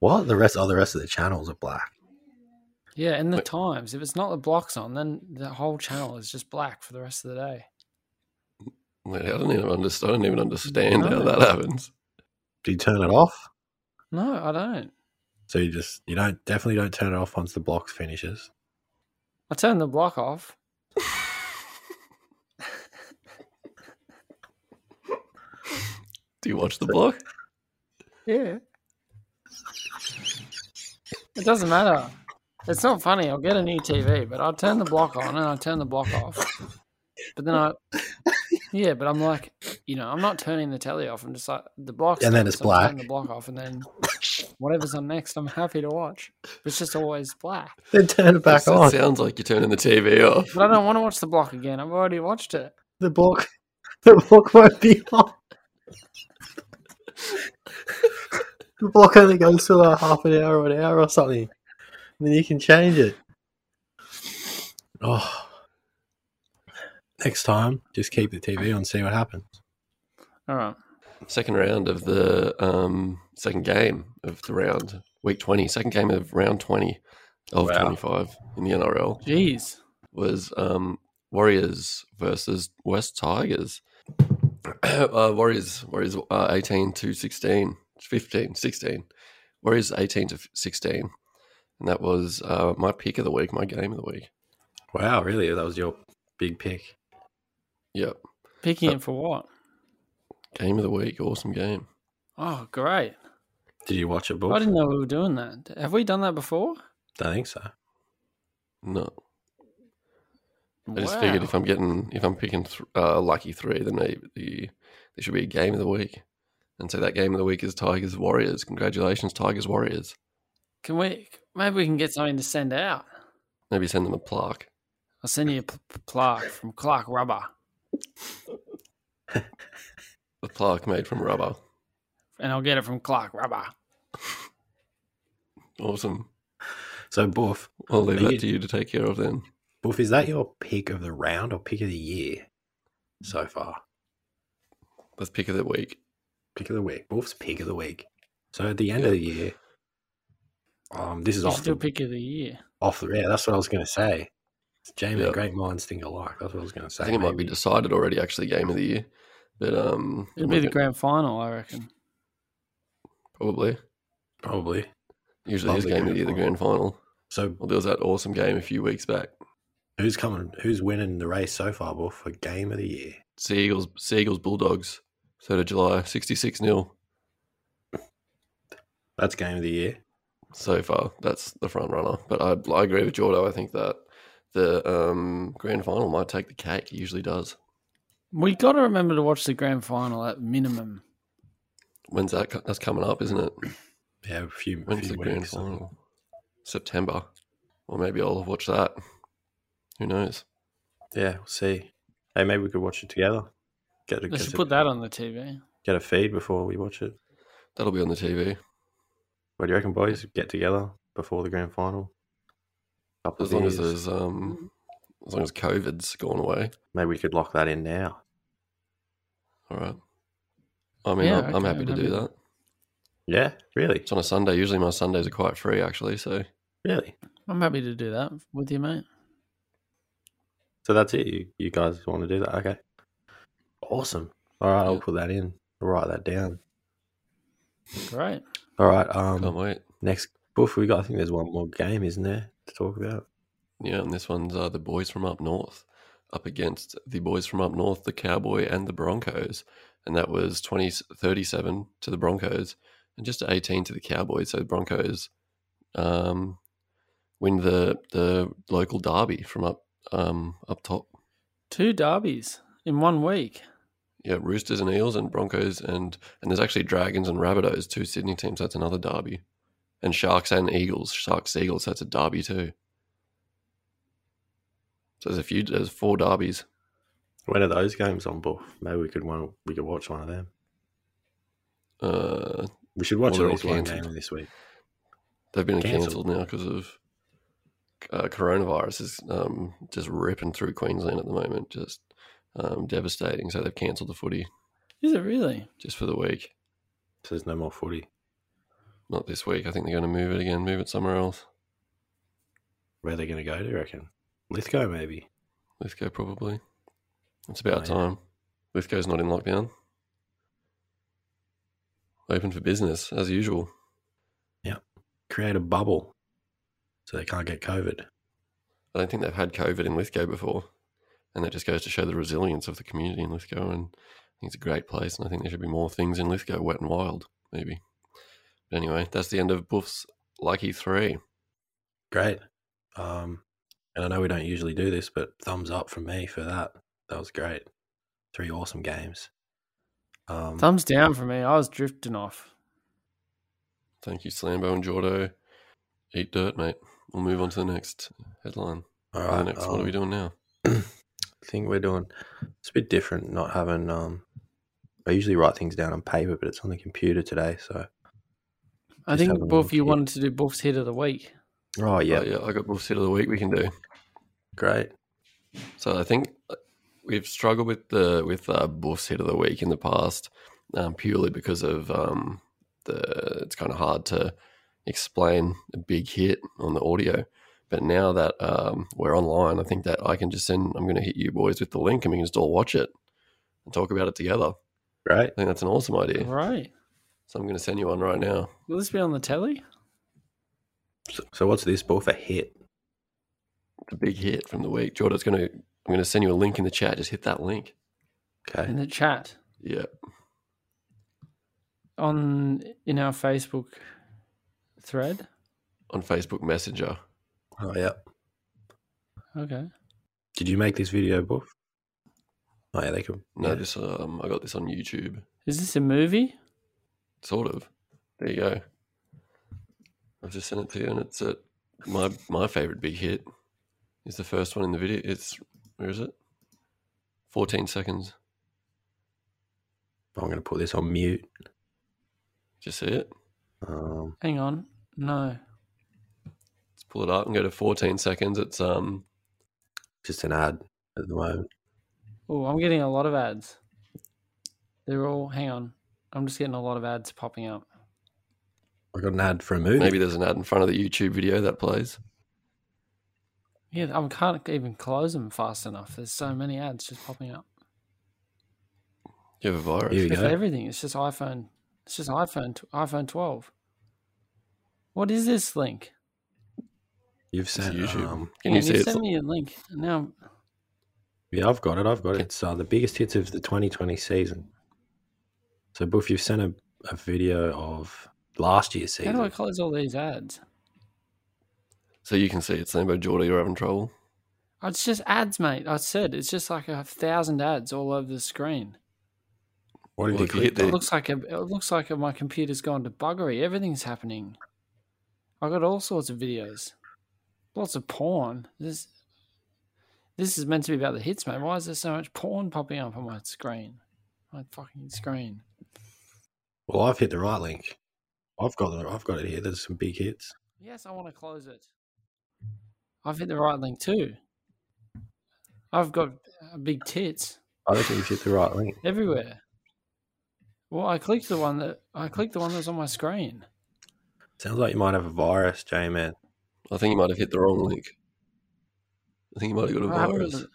Speaker 4: What the rest? Oh, the rest of the channels are black.
Speaker 2: Yeah, and the
Speaker 3: Wait.
Speaker 2: times. If it's not the blocks on, then the whole channel is just black for the rest of the day.
Speaker 3: Wait, I don't even understand. I don't even understand how
Speaker 2: No.
Speaker 3: that happens.
Speaker 4: Do you turn it off?
Speaker 2: No, I don't.
Speaker 4: So you just you don't definitely don't turn it off once the block finishes.
Speaker 2: I turn the block off.
Speaker 3: Do you watch the block?
Speaker 2: Yeah. It doesn't matter. It's not funny. I'll get a new TV, but I'll turn the block on and I'll turn the block off. But then I, yeah, but I'm like, you know, I'm not turning the telly off. I'm just like, the block.
Speaker 4: And then it's
Speaker 2: I turn
Speaker 4: black.
Speaker 2: the block off, and then whatever's on next, I'm happy to watch. It's just always black.
Speaker 4: Then turn it back
Speaker 3: That
Speaker 4: on.
Speaker 3: sounds like you're turning the TV off.
Speaker 2: But I don't want to watch the block again. I've already watched it.
Speaker 4: The block, the block won't be on. the block only goes for like half an hour or an hour or something. And then you can change it. Oh, Next time, just keep the TV on, see what happens.
Speaker 2: All right.
Speaker 3: Second round of the um, second game of the round, week 20, second game of round 20 of
Speaker 4: Wow.
Speaker 3: 25 in the NRL
Speaker 2: Jeez.
Speaker 3: was um, Warriors versus West Tigers. uh, Warriors, Warriors uh, 18 to 16, 15, 16. Warriors 18 to 16. And that was uh, my pick of the week, my game of the week.
Speaker 4: Wow, really? That was your big pick.
Speaker 3: Yep.
Speaker 2: Picking it for what?
Speaker 3: Game of the week. Awesome game.
Speaker 2: Oh, great.
Speaker 4: Did you watch it,
Speaker 2: I
Speaker 4: book?
Speaker 2: didn't know we were doing that. Have we done that before?
Speaker 4: I think so.
Speaker 3: No. I just figured if I'm getting if I'm picking th- uh, lucky three, then maybe the, there should be a game of the week, and so that game of the week is Tigers Warriors. Congratulations, Tigers Warriors.
Speaker 2: Can we? Maybe we can get something to send out.
Speaker 3: Maybe send them a plaque.
Speaker 2: I'll send you a pl- pl- plaque from Clark Rubber,
Speaker 3: A plaque made from rubber.
Speaker 2: and I'll get it from Clark Rubber.
Speaker 3: Awesome.
Speaker 4: So, Boof,
Speaker 3: I'll leave
Speaker 4: Are
Speaker 3: that
Speaker 4: you-
Speaker 3: to you to take care of then.
Speaker 4: Boof, is that your pick of the round or pick of the year so far?
Speaker 3: Let's pick of the week.
Speaker 4: Pick of the week. Boof's pick of the week. So, at the end of the year, um, this is
Speaker 2: You
Speaker 4: off
Speaker 2: should do
Speaker 4: the,
Speaker 2: a pick of the year.
Speaker 4: off the yeah, that's what I was going to say. It's James,
Speaker 3: Yeah.
Speaker 4: great minds think alike. That's what I was going to say.
Speaker 3: I think it might be
Speaker 4: maybe.
Speaker 3: decided already. Actually, game of the year, but um,
Speaker 2: It'll
Speaker 3: I'm
Speaker 2: be the
Speaker 3: not gonna-
Speaker 2: grand final, I reckon.
Speaker 3: probably
Speaker 4: Probably.
Speaker 3: usually his
Speaker 4: Probably
Speaker 3: game of
Speaker 4: grand
Speaker 3: the year, the
Speaker 4: final.
Speaker 3: grand final.
Speaker 4: So,
Speaker 3: Well, there was that awesome game a few weeks back.
Speaker 4: who's coming? Who's winning the race so far, Boof, for game of the year?
Speaker 3: Seagulls, Seagulls, Bulldogs, third of July, sixty-six 0
Speaker 4: That's game of the year.
Speaker 3: so far. That's the front runner. But I, I agree with Jordo. I think that the um, grand final might take the cake. It usually does.
Speaker 2: We got to remember to watch the grand final at minimum.
Speaker 3: When's that? co- That's coming up, isn't it?
Speaker 4: Yeah, a few, a
Speaker 3: When's
Speaker 4: few
Speaker 3: the grand
Speaker 4: weeks.
Speaker 3: final? September. Or maybe I'll watch that. Who knows?
Speaker 4: Yeah, we'll see. Hey, maybe we could watch it together. Get a,
Speaker 2: They
Speaker 4: get,
Speaker 2: should
Speaker 4: a-
Speaker 2: put that on the TV.
Speaker 4: get a feed before we watch it.
Speaker 3: That'll be on the TV.
Speaker 4: What do you reckon, boys? Get together before the grand final. Couple
Speaker 3: As
Speaker 4: of
Speaker 3: long as
Speaker 4: years.
Speaker 3: there's um,
Speaker 2: Mm-hmm.
Speaker 3: as long as COVID's gone away.
Speaker 4: Maybe we could lock that in now.
Speaker 3: All right. I mean,
Speaker 2: Yeah,
Speaker 3: I'm, I'm
Speaker 2: okay,
Speaker 3: happy to
Speaker 2: I'm
Speaker 3: do
Speaker 2: happy.
Speaker 3: that.
Speaker 4: Yeah, really,
Speaker 3: It's on a Sunday. Usually my Sundays are quite free, actually. So
Speaker 4: really.
Speaker 2: I'm happy to do that with you, mate.
Speaker 4: So that's it. You, you guys want to do that? Okay. Awesome. All right, I'll
Speaker 3: Yeah.
Speaker 4: put that in. I'll write that down.
Speaker 2: Great.
Speaker 4: All right.
Speaker 3: can't
Speaker 4: Um,
Speaker 3: wait.
Speaker 4: next boof we got. I think there's one more game, isn't there, to talk about?
Speaker 3: Yeah, and this one's uh, the boys from up north up against the boys from up north, the Cowboy and the Broncos. And that was 20, 37 to the Broncos and just 18 to the Cowboys. So the Broncos um, win the the local derby from up um, up top.
Speaker 2: Two derbies in one week.
Speaker 3: Yeah, Roosters and Eels and Broncos and and there's actually Dragons and Rabbitohs, two Sydney teams. That's another derby. And Sharks and Eagles, Sharks Eagles. That's a derby too. So there's a few. There's four derbies.
Speaker 4: When are those games on, boof? Maybe we could one. We could watch one of them.
Speaker 3: Uh,
Speaker 4: We should watch
Speaker 3: Well, they're
Speaker 4: at
Speaker 3: all
Speaker 4: least one
Speaker 3: cancelled.
Speaker 4: game this week.
Speaker 3: they've been
Speaker 4: Cancelled.
Speaker 3: cancelled now because of uh, coronavirus is um, just ripping through Queensland at the moment, just um, devastating. So they've cancelled the footy
Speaker 2: Is it really?
Speaker 3: just for the week.
Speaker 4: So there's no more footy.
Speaker 3: Not this week. I think they're going to move it again, move it somewhere else.
Speaker 4: Where they're going to go, do you reckon? Lithgow, maybe.
Speaker 3: Lithgow probably. It's about
Speaker 4: Oh, yeah.
Speaker 3: time. Lithgow's not in lockdown. Open for business as usual.
Speaker 4: Create a bubble so they can't get COVID.
Speaker 3: I don't think they've had COVID in Lithgow before, and that just goes to show the resilience of the community in Lithgow. And I think it's a great place, and I think there should be more things in Lithgow, wet and wild, maybe. But anyway, that's the end of Buff's lucky three.
Speaker 4: Great. Um, and I know we don't usually do this, but thumbs up from me for that. That was great. Three awesome games. Um,
Speaker 2: Thumbs down for me. I was drifting off.
Speaker 3: Thank you, Slambo and Jordo. Eat dirt, mate. We'll move on to the next headline. Or
Speaker 4: all
Speaker 3: the
Speaker 4: right.
Speaker 3: next, what are
Speaker 4: um,
Speaker 3: we doing now? Oh,
Speaker 4: I think we're doing. It's a bit different not having. Um, I usually write things down on paper, but it's on the computer today. So,
Speaker 2: I
Speaker 4: Just
Speaker 2: think
Speaker 4: having a
Speaker 2: Buff,
Speaker 4: look
Speaker 2: you
Speaker 4: here.
Speaker 2: wanted to do Buff's hit of the week.
Speaker 4: oh yeah,
Speaker 3: Oh, yeah. I got Buff's hit of the week. We can do.
Speaker 4: great.
Speaker 3: So I think we've struggled with the with uh, Buff's hit of the week in the past um, purely because of um, the it's kind of hard to explain a big hit on the audio. But now that um, we're online, I think that I can just send. I'm going to hit you boys with the link, and we can just all watch it and talk about it together. I
Speaker 4: Right?
Speaker 3: think that's an awesome idea.
Speaker 2: Right.
Speaker 3: So I'm going to send you one right now.
Speaker 2: Will this be on the telly?
Speaker 4: So, so what's this both a hit?
Speaker 3: It's a big hit from the week. Jordan's going to. I'm going to send you a link in the chat. Just hit that link.
Speaker 4: Okay.
Speaker 3: Mm.
Speaker 2: In the chat.
Speaker 3: Yeah.
Speaker 2: On in our Facebook thread.
Speaker 3: On Facebook Messenger.
Speaker 4: Oh yeah.
Speaker 2: Okay.
Speaker 4: Did you make this video, Buff? Oh yeah, they can.
Speaker 3: No,
Speaker 4: yeah.
Speaker 3: this um, I got this on YouTube.
Speaker 2: Is this a movie?
Speaker 3: Sort of. There you go. I've just sent it to you, and it's at my my favorite big hit is the first one in the video. It's where is it? Fourteen seconds.
Speaker 4: I'm gonna put this on mute.
Speaker 3: Did you see it?
Speaker 4: Um,
Speaker 2: Hang on. No.
Speaker 3: Let's pull it up and go to fourteen seconds. It's um
Speaker 4: just an ad at the moment.
Speaker 2: Oh, I'm getting a lot of ads. They're all hang on. I'm just getting a lot of ads popping up.
Speaker 4: I got an ad for a movie.
Speaker 3: maybe there's an ad in front of the YouTube video that plays.
Speaker 2: Yeah, I can't even close them fast enough. There's so many ads just popping up.
Speaker 3: You have a virus.
Speaker 4: Here we
Speaker 2: It's
Speaker 4: go.
Speaker 2: everything. It's just iPhone. It's just iPhone. tw- iPhone 12. What is this link?
Speaker 4: You've sent
Speaker 3: YouTube.
Speaker 4: Um,
Speaker 3: Can you
Speaker 2: Ian,
Speaker 3: see it?
Speaker 2: sent me a link. Now,
Speaker 4: yeah, I've got it. I've got it. It's uh, the biggest hits of the 2020 season. So, Buff, you've sent a, a video of last year's
Speaker 2: how
Speaker 4: season.
Speaker 2: do I close all these ads?
Speaker 3: So you can see it's named by Jordy. You're having trouble.
Speaker 2: It's just ads, mate. I said it's just like a thousand ads all over the screen.
Speaker 4: what
Speaker 3: Well,
Speaker 4: did you
Speaker 3: if you
Speaker 4: click
Speaker 3: hit the-
Speaker 4: on?
Speaker 2: It looks like a, it looks like my computer's gone to buggery. Everything's happening. I got all sorts of videos, lots of porn. This this is meant to be about the hits, mate. Why is there so much porn popping up on my screen? My fucking screen.
Speaker 4: Well, I've hit the right link. I've got the, I've got it here. There's some big hits.
Speaker 2: Yes, I want to close it. I've hit the right link too. I've got uh, big tits
Speaker 4: I don't think you've hit the right link.
Speaker 2: everywhere. Well, I clicked the one that I clicked the one that was on my screen.
Speaker 4: Sounds like you might have a virus, J man.
Speaker 3: I think you might have hit the wrong link. I think you might have got a
Speaker 2: I haven't
Speaker 3: virus.
Speaker 2: got it.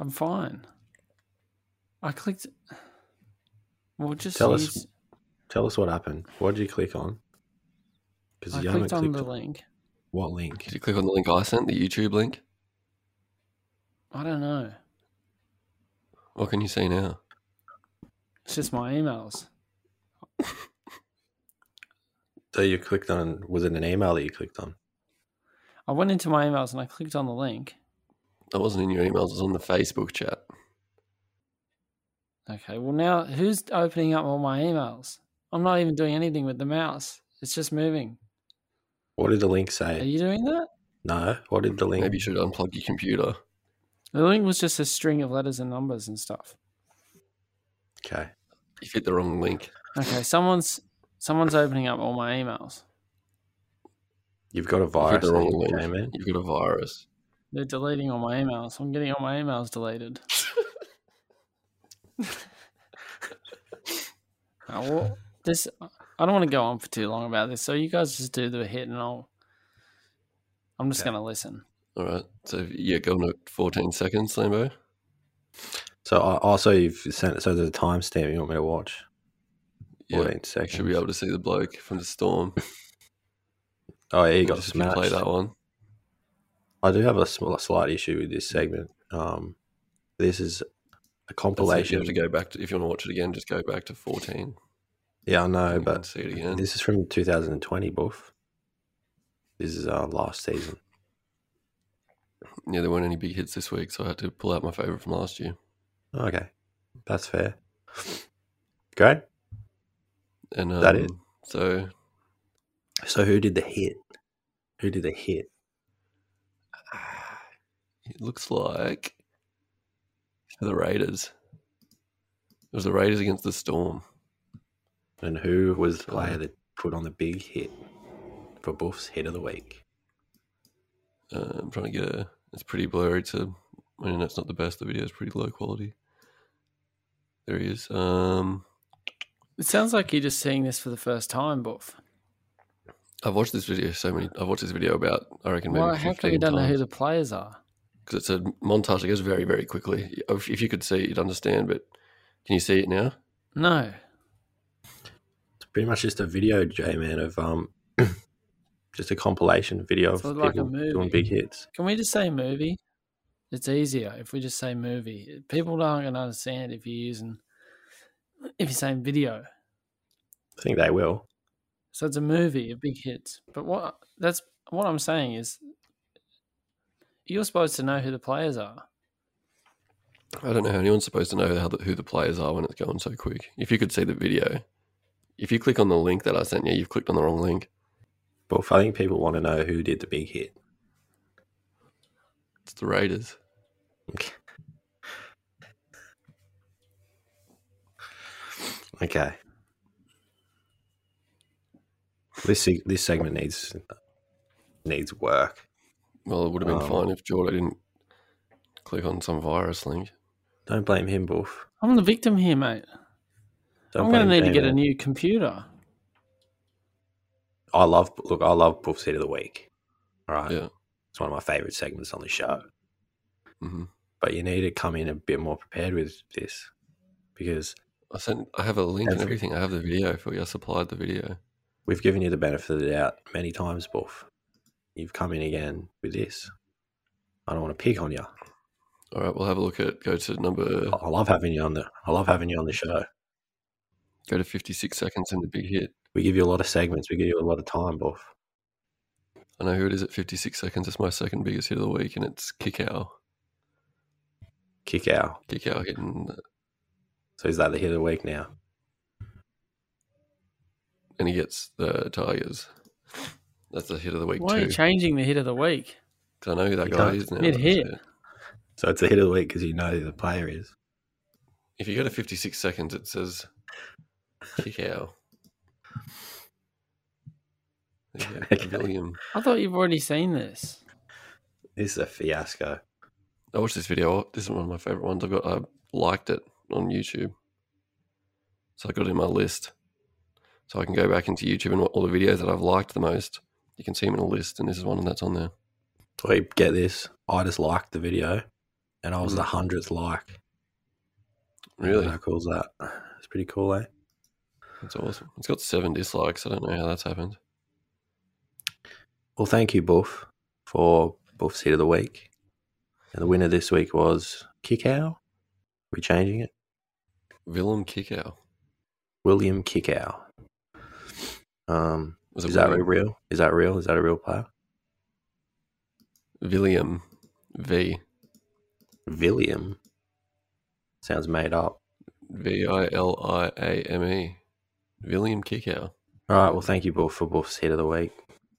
Speaker 2: I'm fine. I clicked. Well, just
Speaker 4: Tell us
Speaker 2: use,
Speaker 4: Tell us what happened. What did you click on? Because
Speaker 2: I
Speaker 4: you
Speaker 2: clicked
Speaker 4: haven't
Speaker 2: on
Speaker 4: clicked
Speaker 2: the
Speaker 4: on
Speaker 2: link.
Speaker 4: what link.
Speaker 3: Did you click on the link I sent? The YouTube link.
Speaker 2: I don't know.
Speaker 3: What can you see now?
Speaker 2: It's just my emails.
Speaker 4: So you clicked on. Was it an email that you clicked on?
Speaker 2: I went into my emails and I clicked on the link.
Speaker 3: That wasn't in your emails. It was on the Facebook chat.
Speaker 2: Okay, well now who's opening up all my emails? I'm not even doing anything with the mouse. It's just moving.
Speaker 4: What did the link
Speaker 2: Are
Speaker 4: say?
Speaker 2: you doing that?
Speaker 4: No. What did the link?
Speaker 3: Maybe you should unplug your computer.
Speaker 2: The link was just a string of letters and numbers and stuff.
Speaker 4: Okay.
Speaker 3: You hit the wrong link.
Speaker 2: Okay, someone's someone's opening up all my emails.
Speaker 4: You've got a
Speaker 3: You hit
Speaker 4: virus,
Speaker 3: the wrong
Speaker 4: link,
Speaker 3: link.
Speaker 4: J-Man.
Speaker 3: You've got a virus.
Speaker 2: They're deleting all my emails. I'm getting all my emails deleted. Oh, well, this I don't want to go on for too long about this, so you guys just do the hit and I'll. I'm just
Speaker 4: Okay.
Speaker 2: gonna listen.
Speaker 3: All right. So yeah, going to 14 seconds, Lambo.
Speaker 4: So I also you've sent. So there's a timestamp you want me to watch.
Speaker 3: Yeah.
Speaker 4: Fourteen seconds.
Speaker 3: Should be able to see the bloke from the storm.
Speaker 4: Oh, yeah, you got
Speaker 3: Just if you play
Speaker 4: smashed.
Speaker 3: that one.
Speaker 4: I do have a, sm- a slight issue with this segment. Um, this is a
Speaker 3: That's it. You
Speaker 4: compilation.
Speaker 3: have to go back to if you want to watch it again. Just go back to 14.
Speaker 4: Yeah, I know,
Speaker 3: and
Speaker 4: but
Speaker 3: see it again.
Speaker 4: this is from 2020, Buff. This is our last season.
Speaker 3: Yeah, there weren't any big hits this week, so I had to pull out my favorite from last year.
Speaker 4: Okay, that's fair. Great.
Speaker 3: And um,
Speaker 4: That it?
Speaker 3: So
Speaker 4: So who did the hit? Who did the hit?
Speaker 3: it looks like the Raiders. It was the Raiders against the Storm.
Speaker 4: And who was the player that put on the big hit for Buff's hit of the week?
Speaker 3: Uh, I'm trying to get a. It's pretty blurry to My internet's not the best. The video is pretty low quality. There he is. Um,
Speaker 2: It sounds like you're just seeing this for the first time, Buff.
Speaker 3: I've watched this video so many. I've watched this video about I reckon maybe
Speaker 2: Well,
Speaker 3: well,
Speaker 2: how
Speaker 3: fifteen
Speaker 2: come you don't know who
Speaker 3: times
Speaker 2: the players are?
Speaker 3: because it's a montage that goes very very quickly. If if you could see it, you'd understand. But can you see it now?
Speaker 2: No.
Speaker 4: It's pretty much just a video, J man, of um, just a compilation video
Speaker 2: So
Speaker 4: of
Speaker 2: like a
Speaker 4: people
Speaker 2: movie.
Speaker 4: doing big hits.
Speaker 2: Can we just say movie? It's easier if we just say movie. People aren't going to understand if you're using, if you're saying video.
Speaker 4: I think they will.
Speaker 2: So it's a movie, a big hit. But what that's what I'm saying is, you're supposed to know who the players are.
Speaker 3: I don't know how anyone's supposed to know how the, who the players are when it's going so quick. If you could see the video, if you click on the link that I sent you, you've clicked on the wrong link.
Speaker 4: But I think people want to know who did the big hit.
Speaker 3: It's the Raiders.
Speaker 4: Okay. This se- this segment needs needs work.
Speaker 3: Well, it would have been
Speaker 4: Um,
Speaker 3: fine if Jordan didn't click on some virus link.
Speaker 4: Don't blame him, Boof.
Speaker 2: I'm the victim here, mate.
Speaker 4: Don't
Speaker 2: I'm going to
Speaker 4: blame
Speaker 2: need to get a
Speaker 4: J-Man.
Speaker 2: new computer.
Speaker 4: I love look. I love Boof's hit of the week. All right,
Speaker 3: Yeah.
Speaker 4: it's one of my favorite segments on the show.
Speaker 3: Mhm.
Speaker 4: But you need to come in a bit more prepared with this because
Speaker 3: I sent. I have a link and
Speaker 4: Every-
Speaker 3: everything. I have the video for you. I supplied the video.
Speaker 4: we've given you the benefit of the doubt many times, Boof. You've come in again with this. I don't want to pick on you.
Speaker 3: All right, we'll have a look at. Go to number.
Speaker 4: I I love having you on the. I love having you on the show.
Speaker 3: Go to fifty-six seconds in the big hit.
Speaker 4: We give you a lot of segments. We give you a lot of time, Boof.
Speaker 3: I know who it is at fifty-six seconds. It's my second biggest hit of the week, and it's Kickow.
Speaker 4: Kick out.
Speaker 3: Kickow hitting,
Speaker 4: So is that the hit of the week now?
Speaker 3: and he gets the Tigers. That's the hit of the week
Speaker 2: Why are
Speaker 3: too.
Speaker 2: you changing the hit of the week?
Speaker 3: 'Cause I know who that
Speaker 4: You
Speaker 3: guy
Speaker 4: don't-
Speaker 3: is now.
Speaker 2: Mid hit.
Speaker 3: that's it.
Speaker 4: So it's the hit of the week because you know who the player is.
Speaker 3: If you go to fifty-six seconds, it says Kickow. There you go,
Speaker 4: Okay.
Speaker 3: Pavilion.
Speaker 2: I thought you've already seen this.
Speaker 4: This is a fiasco.
Speaker 3: I watched this video. This is one of my favorite ones. I got. I liked it on YouTube, so I got it in my list. So I can go back into YouTube and wa- all the videos that I've liked the most. You can see them in a list, and this is one that's on there.
Speaker 4: Wait, get this. I just liked the video, and I was the hundredth like.
Speaker 3: Really,
Speaker 4: How cool is that? It's pretty cool, eh?
Speaker 3: that's awesome. It's got seven dislikes. I don't know how that's happened.
Speaker 4: Well, thank you, Buff, for Buff's hit of the week. And the winner this week was Kickow. Are we changing it?
Speaker 3: Willem Kickow
Speaker 4: William Kickow. Um,
Speaker 3: was it
Speaker 4: is that
Speaker 3: William?
Speaker 4: real? Is that real? Is that a real player?
Speaker 3: William V
Speaker 4: William. Sounds made up.
Speaker 3: V I L I A M E. William Kickow.
Speaker 4: All right. Well, thank you, Buff, for Buff's hit of the week.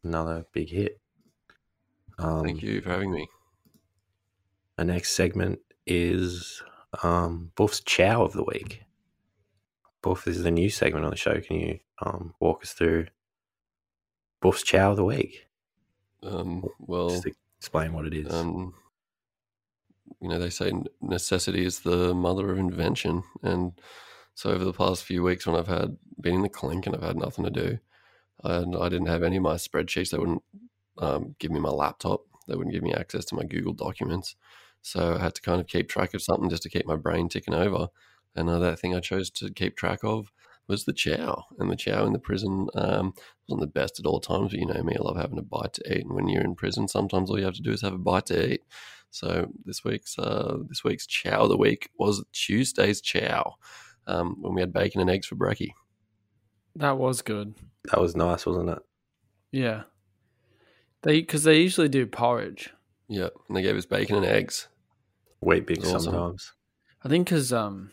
Speaker 4: Another big hit. Um,
Speaker 3: Thank you for having me.
Speaker 4: Our next segment is um, Buff's Chow of the Week. Buff, this is a new segment on the show. Can you um, walk us through Buff's Chow of the Week?
Speaker 3: Um, well,
Speaker 4: Just to explain what it is.
Speaker 3: Um, you know, they say n- necessity is the mother of invention. And so over the past few weeks when I've had been in the clink and I've had nothing to do, and I didn't have any of my spreadsheets, they wouldn't um, give me my laptop. They wouldn't give me access to my Google documents. So I had to kind of keep track of something just to keep my brain ticking over. And uh, that thing I chose to keep track of was the chow. And the chow in the prison um, wasn't the best at all times, but you know me, I love having a bite to eat. And when you're in prison, sometimes all you have to do is have a bite to eat. So this week's uh, this week's chow of the week was Tuesday's chow, um, when we had bacon and eggs for brekkie.
Speaker 2: That was good.
Speaker 4: that was nice, wasn't it?
Speaker 2: Yeah. They because they usually do porridge.
Speaker 3: Yeah, and they gave us bacon and eggs.
Speaker 4: Wheat big
Speaker 3: Awesome.
Speaker 4: sometimes.
Speaker 2: I think because um.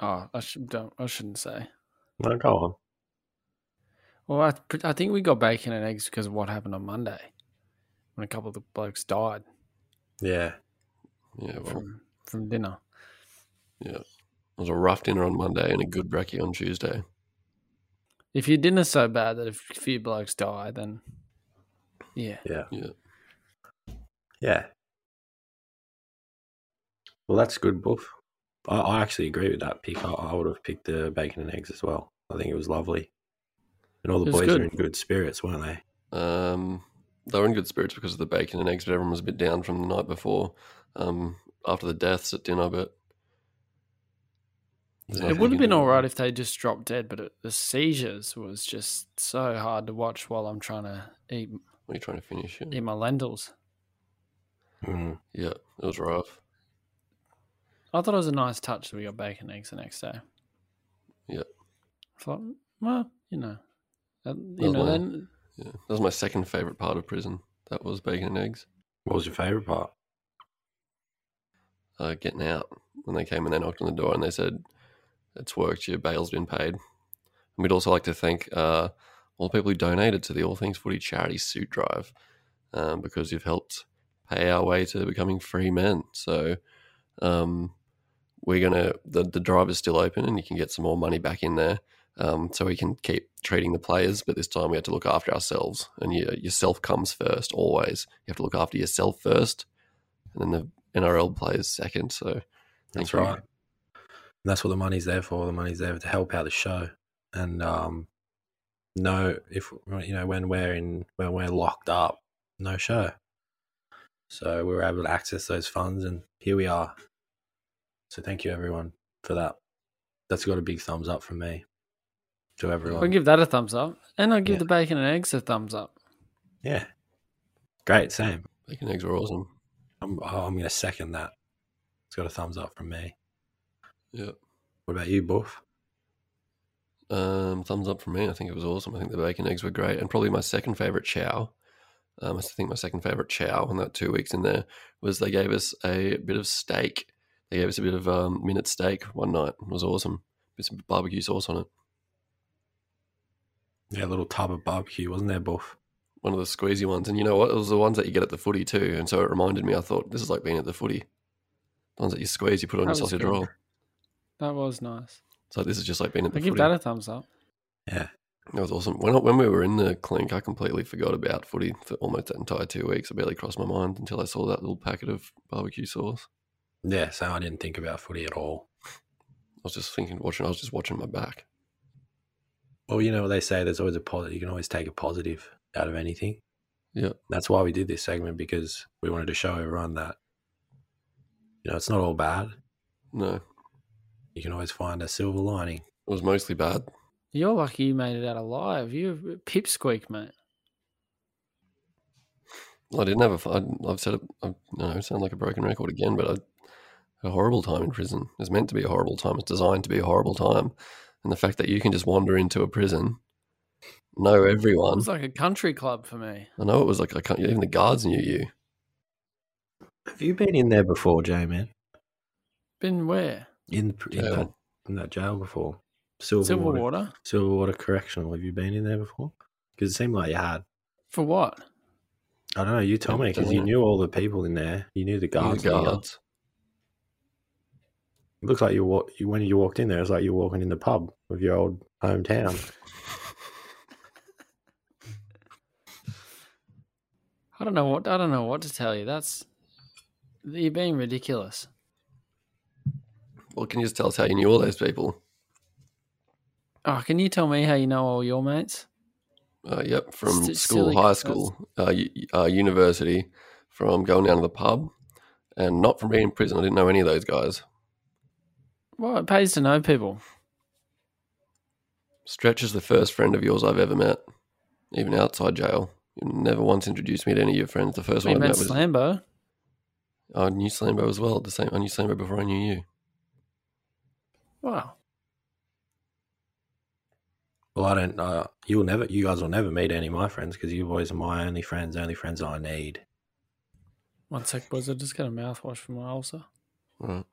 Speaker 2: Oh, I should don't I shouldn't say.
Speaker 4: No, go on.
Speaker 2: Well, I, pr- I think we got bacon and eggs because of what happened on Monday, when a couple of the blokes died
Speaker 4: Yeah.
Speaker 3: Yeah, well,
Speaker 2: from from dinner.
Speaker 3: it was a rough dinner on Monday and a good brekkie on Tuesday.
Speaker 2: If your dinner's so bad that if a few blokes die, then yeah,
Speaker 4: Yeah.
Speaker 3: Yeah.
Speaker 4: Yeah. Well, that's good, Buff. I, I actually agree with that pick. I, I would have picked the bacon and eggs as well. I think it was lovely. And all the
Speaker 2: It was
Speaker 4: boys
Speaker 2: good.
Speaker 4: are in good spirits, weren't they?
Speaker 3: Um, they were in good spirits because of the bacon and eggs, but everyone was a bit down from the night before, um, after the deaths at dinner. But There's
Speaker 2: It
Speaker 3: nothing
Speaker 2: would
Speaker 3: you
Speaker 2: have been
Speaker 3: can do.
Speaker 2: all right if they just dropped dead, but it, the seizures was just so hard to watch while I'm trying to eat,
Speaker 3: What are you trying to finish? Yeah,
Speaker 2: eat my lentils.
Speaker 4: Mm.
Speaker 3: yeah it was rough.
Speaker 2: I thought it was a nice touch that we got bacon eggs the next day.
Speaker 3: Yeah.
Speaker 2: I thought, well, you know, that- you
Speaker 3: Well,
Speaker 2: know,
Speaker 3: well.
Speaker 2: then
Speaker 3: Yeah, that was my second favorite part of prison. That was bacon and eggs.
Speaker 4: What was your favourite part?
Speaker 3: Uh, getting out when they came and they knocked on the door and they said, "It's worked. Your bail's been paid." And we'd also like to thank uh, all the people who donated to the All Things Footy charity suit drive um, because you've helped pay our way to becoming free men. So um, we're gonna the, the drive is still open and you can get some more money back in there um, so we can keep treating the players but this time we have to look after ourselves and you, yourself comes first always you have to look after yourself first and then the nrl players second so
Speaker 4: That's
Speaker 3: thank you.
Speaker 4: right. And that's what the money's there for. The money's there to help out the show. And um, no, if you know when we're in when we're locked up, no show. So we were able to access those funds, and here we are. So thank you everyone for that. That's got a big thumbs up from me to
Speaker 2: I'll
Speaker 4: everyone.
Speaker 2: give that a thumbs up. And I'll give
Speaker 4: Yeah.
Speaker 2: the bacon and eggs a thumbs up.
Speaker 4: Yeah, great. Same.
Speaker 3: bacon eggs are awesome
Speaker 4: I'm, oh, I'm going to second that. It's got a thumbs up from me.
Speaker 3: yeah
Speaker 4: What about you, Buff?
Speaker 3: um, thumbs up from me i think it was awesome i think the bacon eggs were great and probably my second favorite chow um, i think my second favorite chow in that two weeks in there was they gave us a bit of steak they gave us a bit of um, minute steak one night it was awesome with some barbecue sauce on it
Speaker 4: Yeah, a little tub of barbecue, wasn't there, Buff?
Speaker 3: one of the squeezy ones. And you know what? It was the ones that you get at the footy too. And so it reminded me, I thought, this is like being at the footy. The ones that you squeeze, you put on
Speaker 2: That
Speaker 3: your
Speaker 2: was
Speaker 3: sausage
Speaker 2: good.
Speaker 3: roll.
Speaker 2: That was nice.
Speaker 3: So this is just like being at the
Speaker 2: I'll give
Speaker 3: footy.
Speaker 2: that a thumbs up.
Speaker 4: Yeah.
Speaker 3: That was awesome. When, I- when we were in the clink, I completely forgot about footy for almost that entire two weeks. It barely crossed my mind until I saw that little packet of barbecue sauce.
Speaker 4: Yeah, so I didn't think about footy at all.
Speaker 3: I was just thinking, watching, I was just watching my back.
Speaker 4: Well, you know what they say, there's always a positive. You can always take a positive out of anything.
Speaker 3: Yeah.
Speaker 4: That's why we did this segment because we wanted to show everyone that, you know, it's not all bad.
Speaker 3: No, it
Speaker 4: You can always find a silver lining.
Speaker 3: was mostly bad.
Speaker 2: You're lucky you made it out alive. You're a pipsqueak, mate.
Speaker 3: I didn't have a fun. I've said it. I, no, I sound like a broken record again, but I had a horrible time in prison. It's meant to be a horrible time. It's designed to be a horrible time, and the fact that you can just wander into a prison, know
Speaker 2: It
Speaker 3: everyone.
Speaker 2: was like a country club for me.
Speaker 3: I know it was like I can't. Even the guards knew you.
Speaker 4: Have you been in there before, J man?
Speaker 2: Been where?
Speaker 4: In, pr- in,
Speaker 3: Jail.
Speaker 4: that, in that jail before? Silverwater. Silverwater.
Speaker 2: Silverwater?
Speaker 4: Correctional. Have you been in there before? Because it seemed like you had.
Speaker 2: For what?
Speaker 4: I don't know. You tell me because you
Speaker 3: Dunno.
Speaker 4: knew all the people in there. You knew the
Speaker 3: You knew
Speaker 4: guards.
Speaker 3: the
Speaker 4: and the guards.
Speaker 3: guards.
Speaker 4: It looked like you, wa- you when you walked in there. It's like you're walking in the pub of your old hometown.
Speaker 2: I don't know what I don't know what to tell you. That's you're being ridiculous.
Speaker 3: Well, can you just tell us how you knew all those people?
Speaker 2: Oh, can you tell me how you know all your mates?
Speaker 3: Uh, yep, from
Speaker 2: St-
Speaker 3: school,
Speaker 2: silly
Speaker 3: high
Speaker 2: guards.
Speaker 3: school, uh, u- uh, university, from going down to the pub, and not from being in prison. I didn't know any of those guys.
Speaker 2: Well, it pays to know people.
Speaker 3: Stretch is the first friend of yours I've ever met, even outside jail. You never once introduced me to any of your friends. The first
Speaker 2: We
Speaker 3: one I
Speaker 2: met
Speaker 3: met was
Speaker 2: Slambo.
Speaker 3: I knew Slambo as well. The same I knew Slambo before I knew you.
Speaker 2: Wow.
Speaker 4: Well, I don't. Uh, you'll never. You guys will never meet any of my friends because you boys are my only friends. Only friends I need.
Speaker 2: One sec, boys. I just got a mouthwash for my ulcer.
Speaker 3: Right.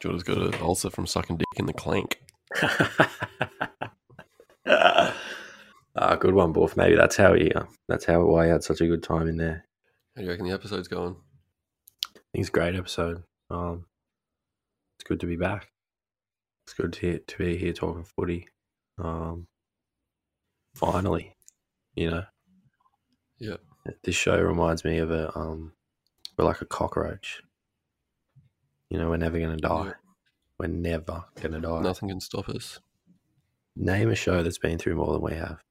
Speaker 3: Jordan's got an ulcer from sucking dick in the clank.
Speaker 4: Ah, good one, Borf. Maybe that's how you. That's how why you had such a good time in there.
Speaker 3: How do you reckon the episode's going?
Speaker 4: I think it's a great episode. Um, it's good to be back. It's good to to be here talking footy. Um, finally, you know.
Speaker 3: Yeah.
Speaker 4: This show reminds me of a um, we're like a cockroach. You know, we're never going to die.
Speaker 3: Yeah.
Speaker 4: We're never going to die.
Speaker 3: Nothing can stop us.
Speaker 4: Name a show that's been through more than we have.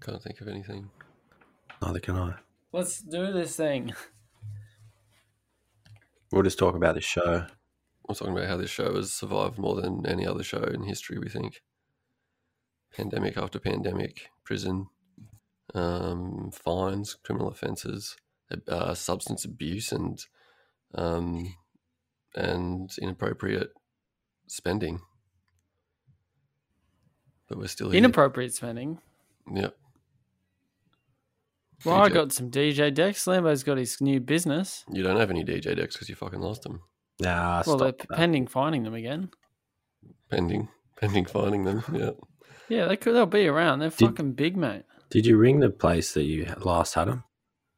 Speaker 3: Can't think of anything.
Speaker 4: Neither can I.
Speaker 2: Let's do this thing.
Speaker 4: We'll just talk about this show.
Speaker 3: We're talking about how this show has survived more than any other show in history, we think. Pandemic after pandemic, prison, um, fines, criminal offences, uh, substance abuse, and um, and inappropriate spending. But we're still here.
Speaker 2: Inappropriate spending.
Speaker 3: Yep.
Speaker 2: Well, I
Speaker 3: DJ
Speaker 2: got some DJ decks. Lambo's got his new business.
Speaker 3: You don't have any DJ decks because you fucking lost them.
Speaker 4: Nah,
Speaker 2: well, they're
Speaker 4: stop that.
Speaker 2: pending finding them again.
Speaker 3: Pending, pending finding them. Yeah.
Speaker 2: Yeah, they could. They'll be around. They're
Speaker 4: Did-
Speaker 2: fucking big, mate.
Speaker 4: Did you ring the place that you last had them?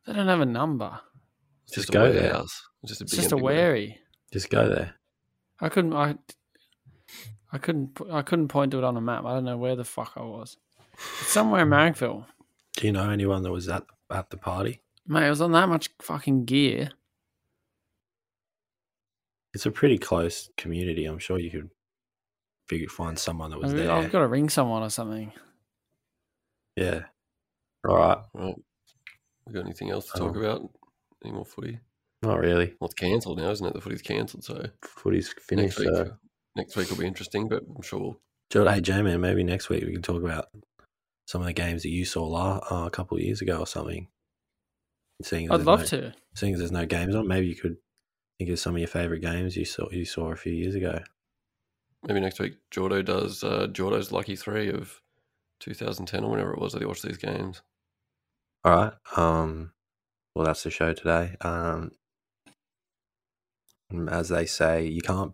Speaker 2: They don't have a number.
Speaker 3: It's just,
Speaker 4: Just
Speaker 3: a
Speaker 4: go there.
Speaker 3: warehouse. It's just a,
Speaker 2: It's
Speaker 3: big
Speaker 2: just a
Speaker 3: empty
Speaker 2: wary.
Speaker 4: Just go there.
Speaker 2: I couldn't. I. I couldn't. pu- I couldn't point to it on a map. I don't know where the fuck I was. It's somewhere
Speaker 4: Hmm.
Speaker 2: in Marrickville,
Speaker 4: Do you know anyone that was at at the party?
Speaker 2: mate. I was on that much fucking gear.
Speaker 4: It's a pretty close community. I'm sure you could figure find someone that was
Speaker 2: I mean,
Speaker 4: there.
Speaker 2: Mm, I've got to ring someone or something.
Speaker 4: yeah. All right.
Speaker 3: Right. We got anything else to
Speaker 4: Oh.
Speaker 3: talk about? Any more footy?
Speaker 4: Not really.
Speaker 3: Well, it's cancelled now, isn't it? The footy's cancelled, so
Speaker 4: Footy's
Speaker 3: next
Speaker 4: finished.
Speaker 3: week,
Speaker 4: So.
Speaker 3: next week will be interesting. But I'm sure we'll.
Speaker 4: Jod, hey, J man, maybe next week we can talk about some of the games that you saw la- uh, a couple of years ago or something. Seeing as
Speaker 2: I'd
Speaker 4: there's
Speaker 2: love
Speaker 4: no-
Speaker 2: to.
Speaker 4: Seeing as there's no games on, maybe you could think of some of your favorite games you saw you saw a few years ago.
Speaker 3: Maybe next week, Jordo does uh, Jordo's lucky three of 2010 or whenever it was that he watched these games.
Speaker 4: All right. Um, well, that's the show today. Um, mm, as they say, you can't.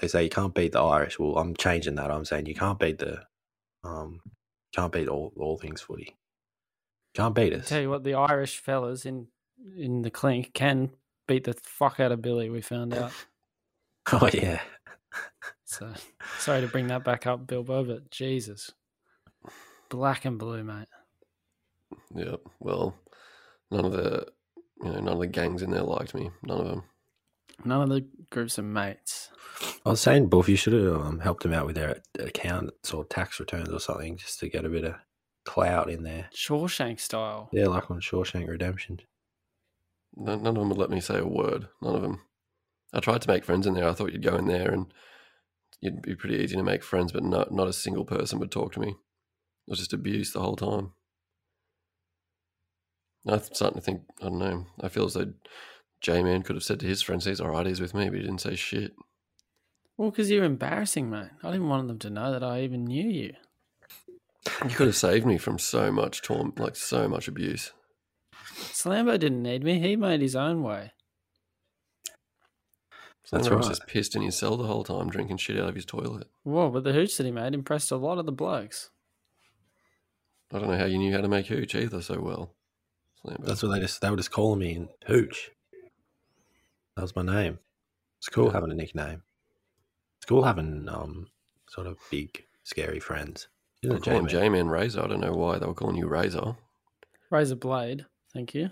Speaker 4: They say you can't beat the Irish. Well, I'm changing that. I'm saying you can't beat the. Um, can't beat all all things footy. Can't beat us.
Speaker 2: Tell you what, the Irish fellas in in the clink can beat the fuck out of Billy. We found out.
Speaker 4: Oh yeah.
Speaker 2: So sorry to bring that back up, Bilbo, but Jesus, black and blue, mate.
Speaker 3: Yeah. Well, none of the you know none of the gangs in there liked me. None of them.
Speaker 2: None of the groups are mates.
Speaker 4: I was saying, Buff, you should have um, helped him out with their accounts or tax returns or something, just to get a bit of clout in there.
Speaker 2: Shawshank style.
Speaker 4: Yeah, like on Shawshank Redemption.
Speaker 3: No- None of them would let me say a word. None of them. I tried to make friends in there. I thought you'd go in there and you'd be pretty easy to make friends, but not not a single person would talk to me. It was just abuse the whole time. And I'm starting to think. I don't know. I feel as though J Man could have said to his friends, "He's all right. He's with me," but he didn't say shit.
Speaker 2: Well, because you're embarrassing, mate. I didn't want them to know that I even knew you.
Speaker 3: You could have saved me from so much torment, like so much abuse.
Speaker 2: Slambo didn't need me. He made his own way.
Speaker 3: So
Speaker 4: That's
Speaker 3: I was
Speaker 4: right.
Speaker 3: just pissed in his cell the whole time, drinking shit out of his toilet.
Speaker 2: Whoa, but the hooch that he made impressed a lot of the blokes.
Speaker 3: I don't know how you knew how to make hooch either so well. Slambo.
Speaker 4: That's what they just they were just calling me in Hooch. That was my name. It's cool
Speaker 3: Yeah.
Speaker 4: having a nickname. It's cool having um sort of big scary friends.
Speaker 3: They
Speaker 4: Isn't
Speaker 3: were
Speaker 4: it,
Speaker 3: calling
Speaker 4: Jamie?
Speaker 3: J-Man Razor. I don't know why they were calling you Razor.
Speaker 2: Razor blade. Thank you.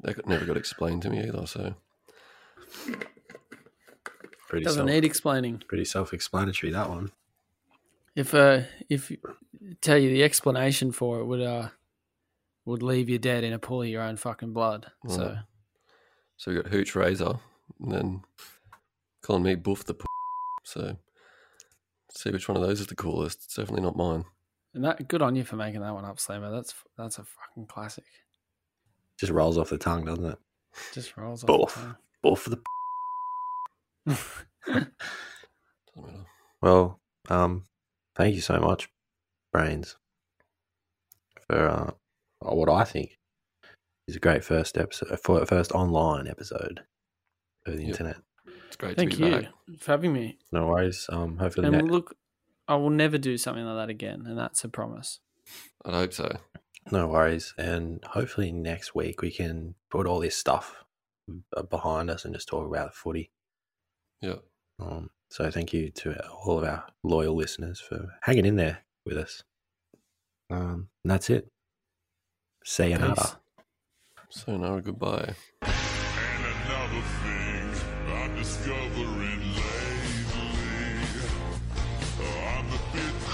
Speaker 3: That got- never got explained to me either. So
Speaker 4: Pretty
Speaker 2: Doesn't
Speaker 4: self,
Speaker 2: need explaining.
Speaker 4: pretty self-explanatory that one.
Speaker 2: If uh, if tell you the explanation for it would uh would leave you dead in a pool of your own fucking blood. So
Speaker 3: Right. so we got Hooch Razor, and then calling me Boof the. P- so see which one of those is the coolest. It's definitely not mine.
Speaker 2: and that good on you for making that one up, Slambo. That's that's a fucking classic.
Speaker 4: Just rolls off the tongue, doesn't it?
Speaker 2: Just rolls off. the
Speaker 4: Both.
Speaker 2: tongue.
Speaker 4: Buff the
Speaker 3: Doesn't matter.
Speaker 4: Well, um, thank you so much, Brains, for uh, what I think is a great first episode, for first online episode of the
Speaker 3: Yep.
Speaker 4: internet.
Speaker 3: It's great
Speaker 2: Thank
Speaker 3: to be
Speaker 2: you
Speaker 3: back.
Speaker 2: for having me.
Speaker 4: No worries. Um, hopefully, the
Speaker 2: And
Speaker 4: ne-
Speaker 2: look, I will never do something like that again, and that's a promise.
Speaker 3: I'd hope so.
Speaker 4: no worries, and hopefully next week we can put all this stuff uh, behind us and just talk about footy.
Speaker 3: Yeah.
Speaker 4: Um, so thank you to all of our loyal listeners for hanging in there with us. Um, and that's it. Sayonara.
Speaker 2: Peace.
Speaker 3: So now goodbye.
Speaker 7: And another thing Uh, I'm discovering lately, I'm the bit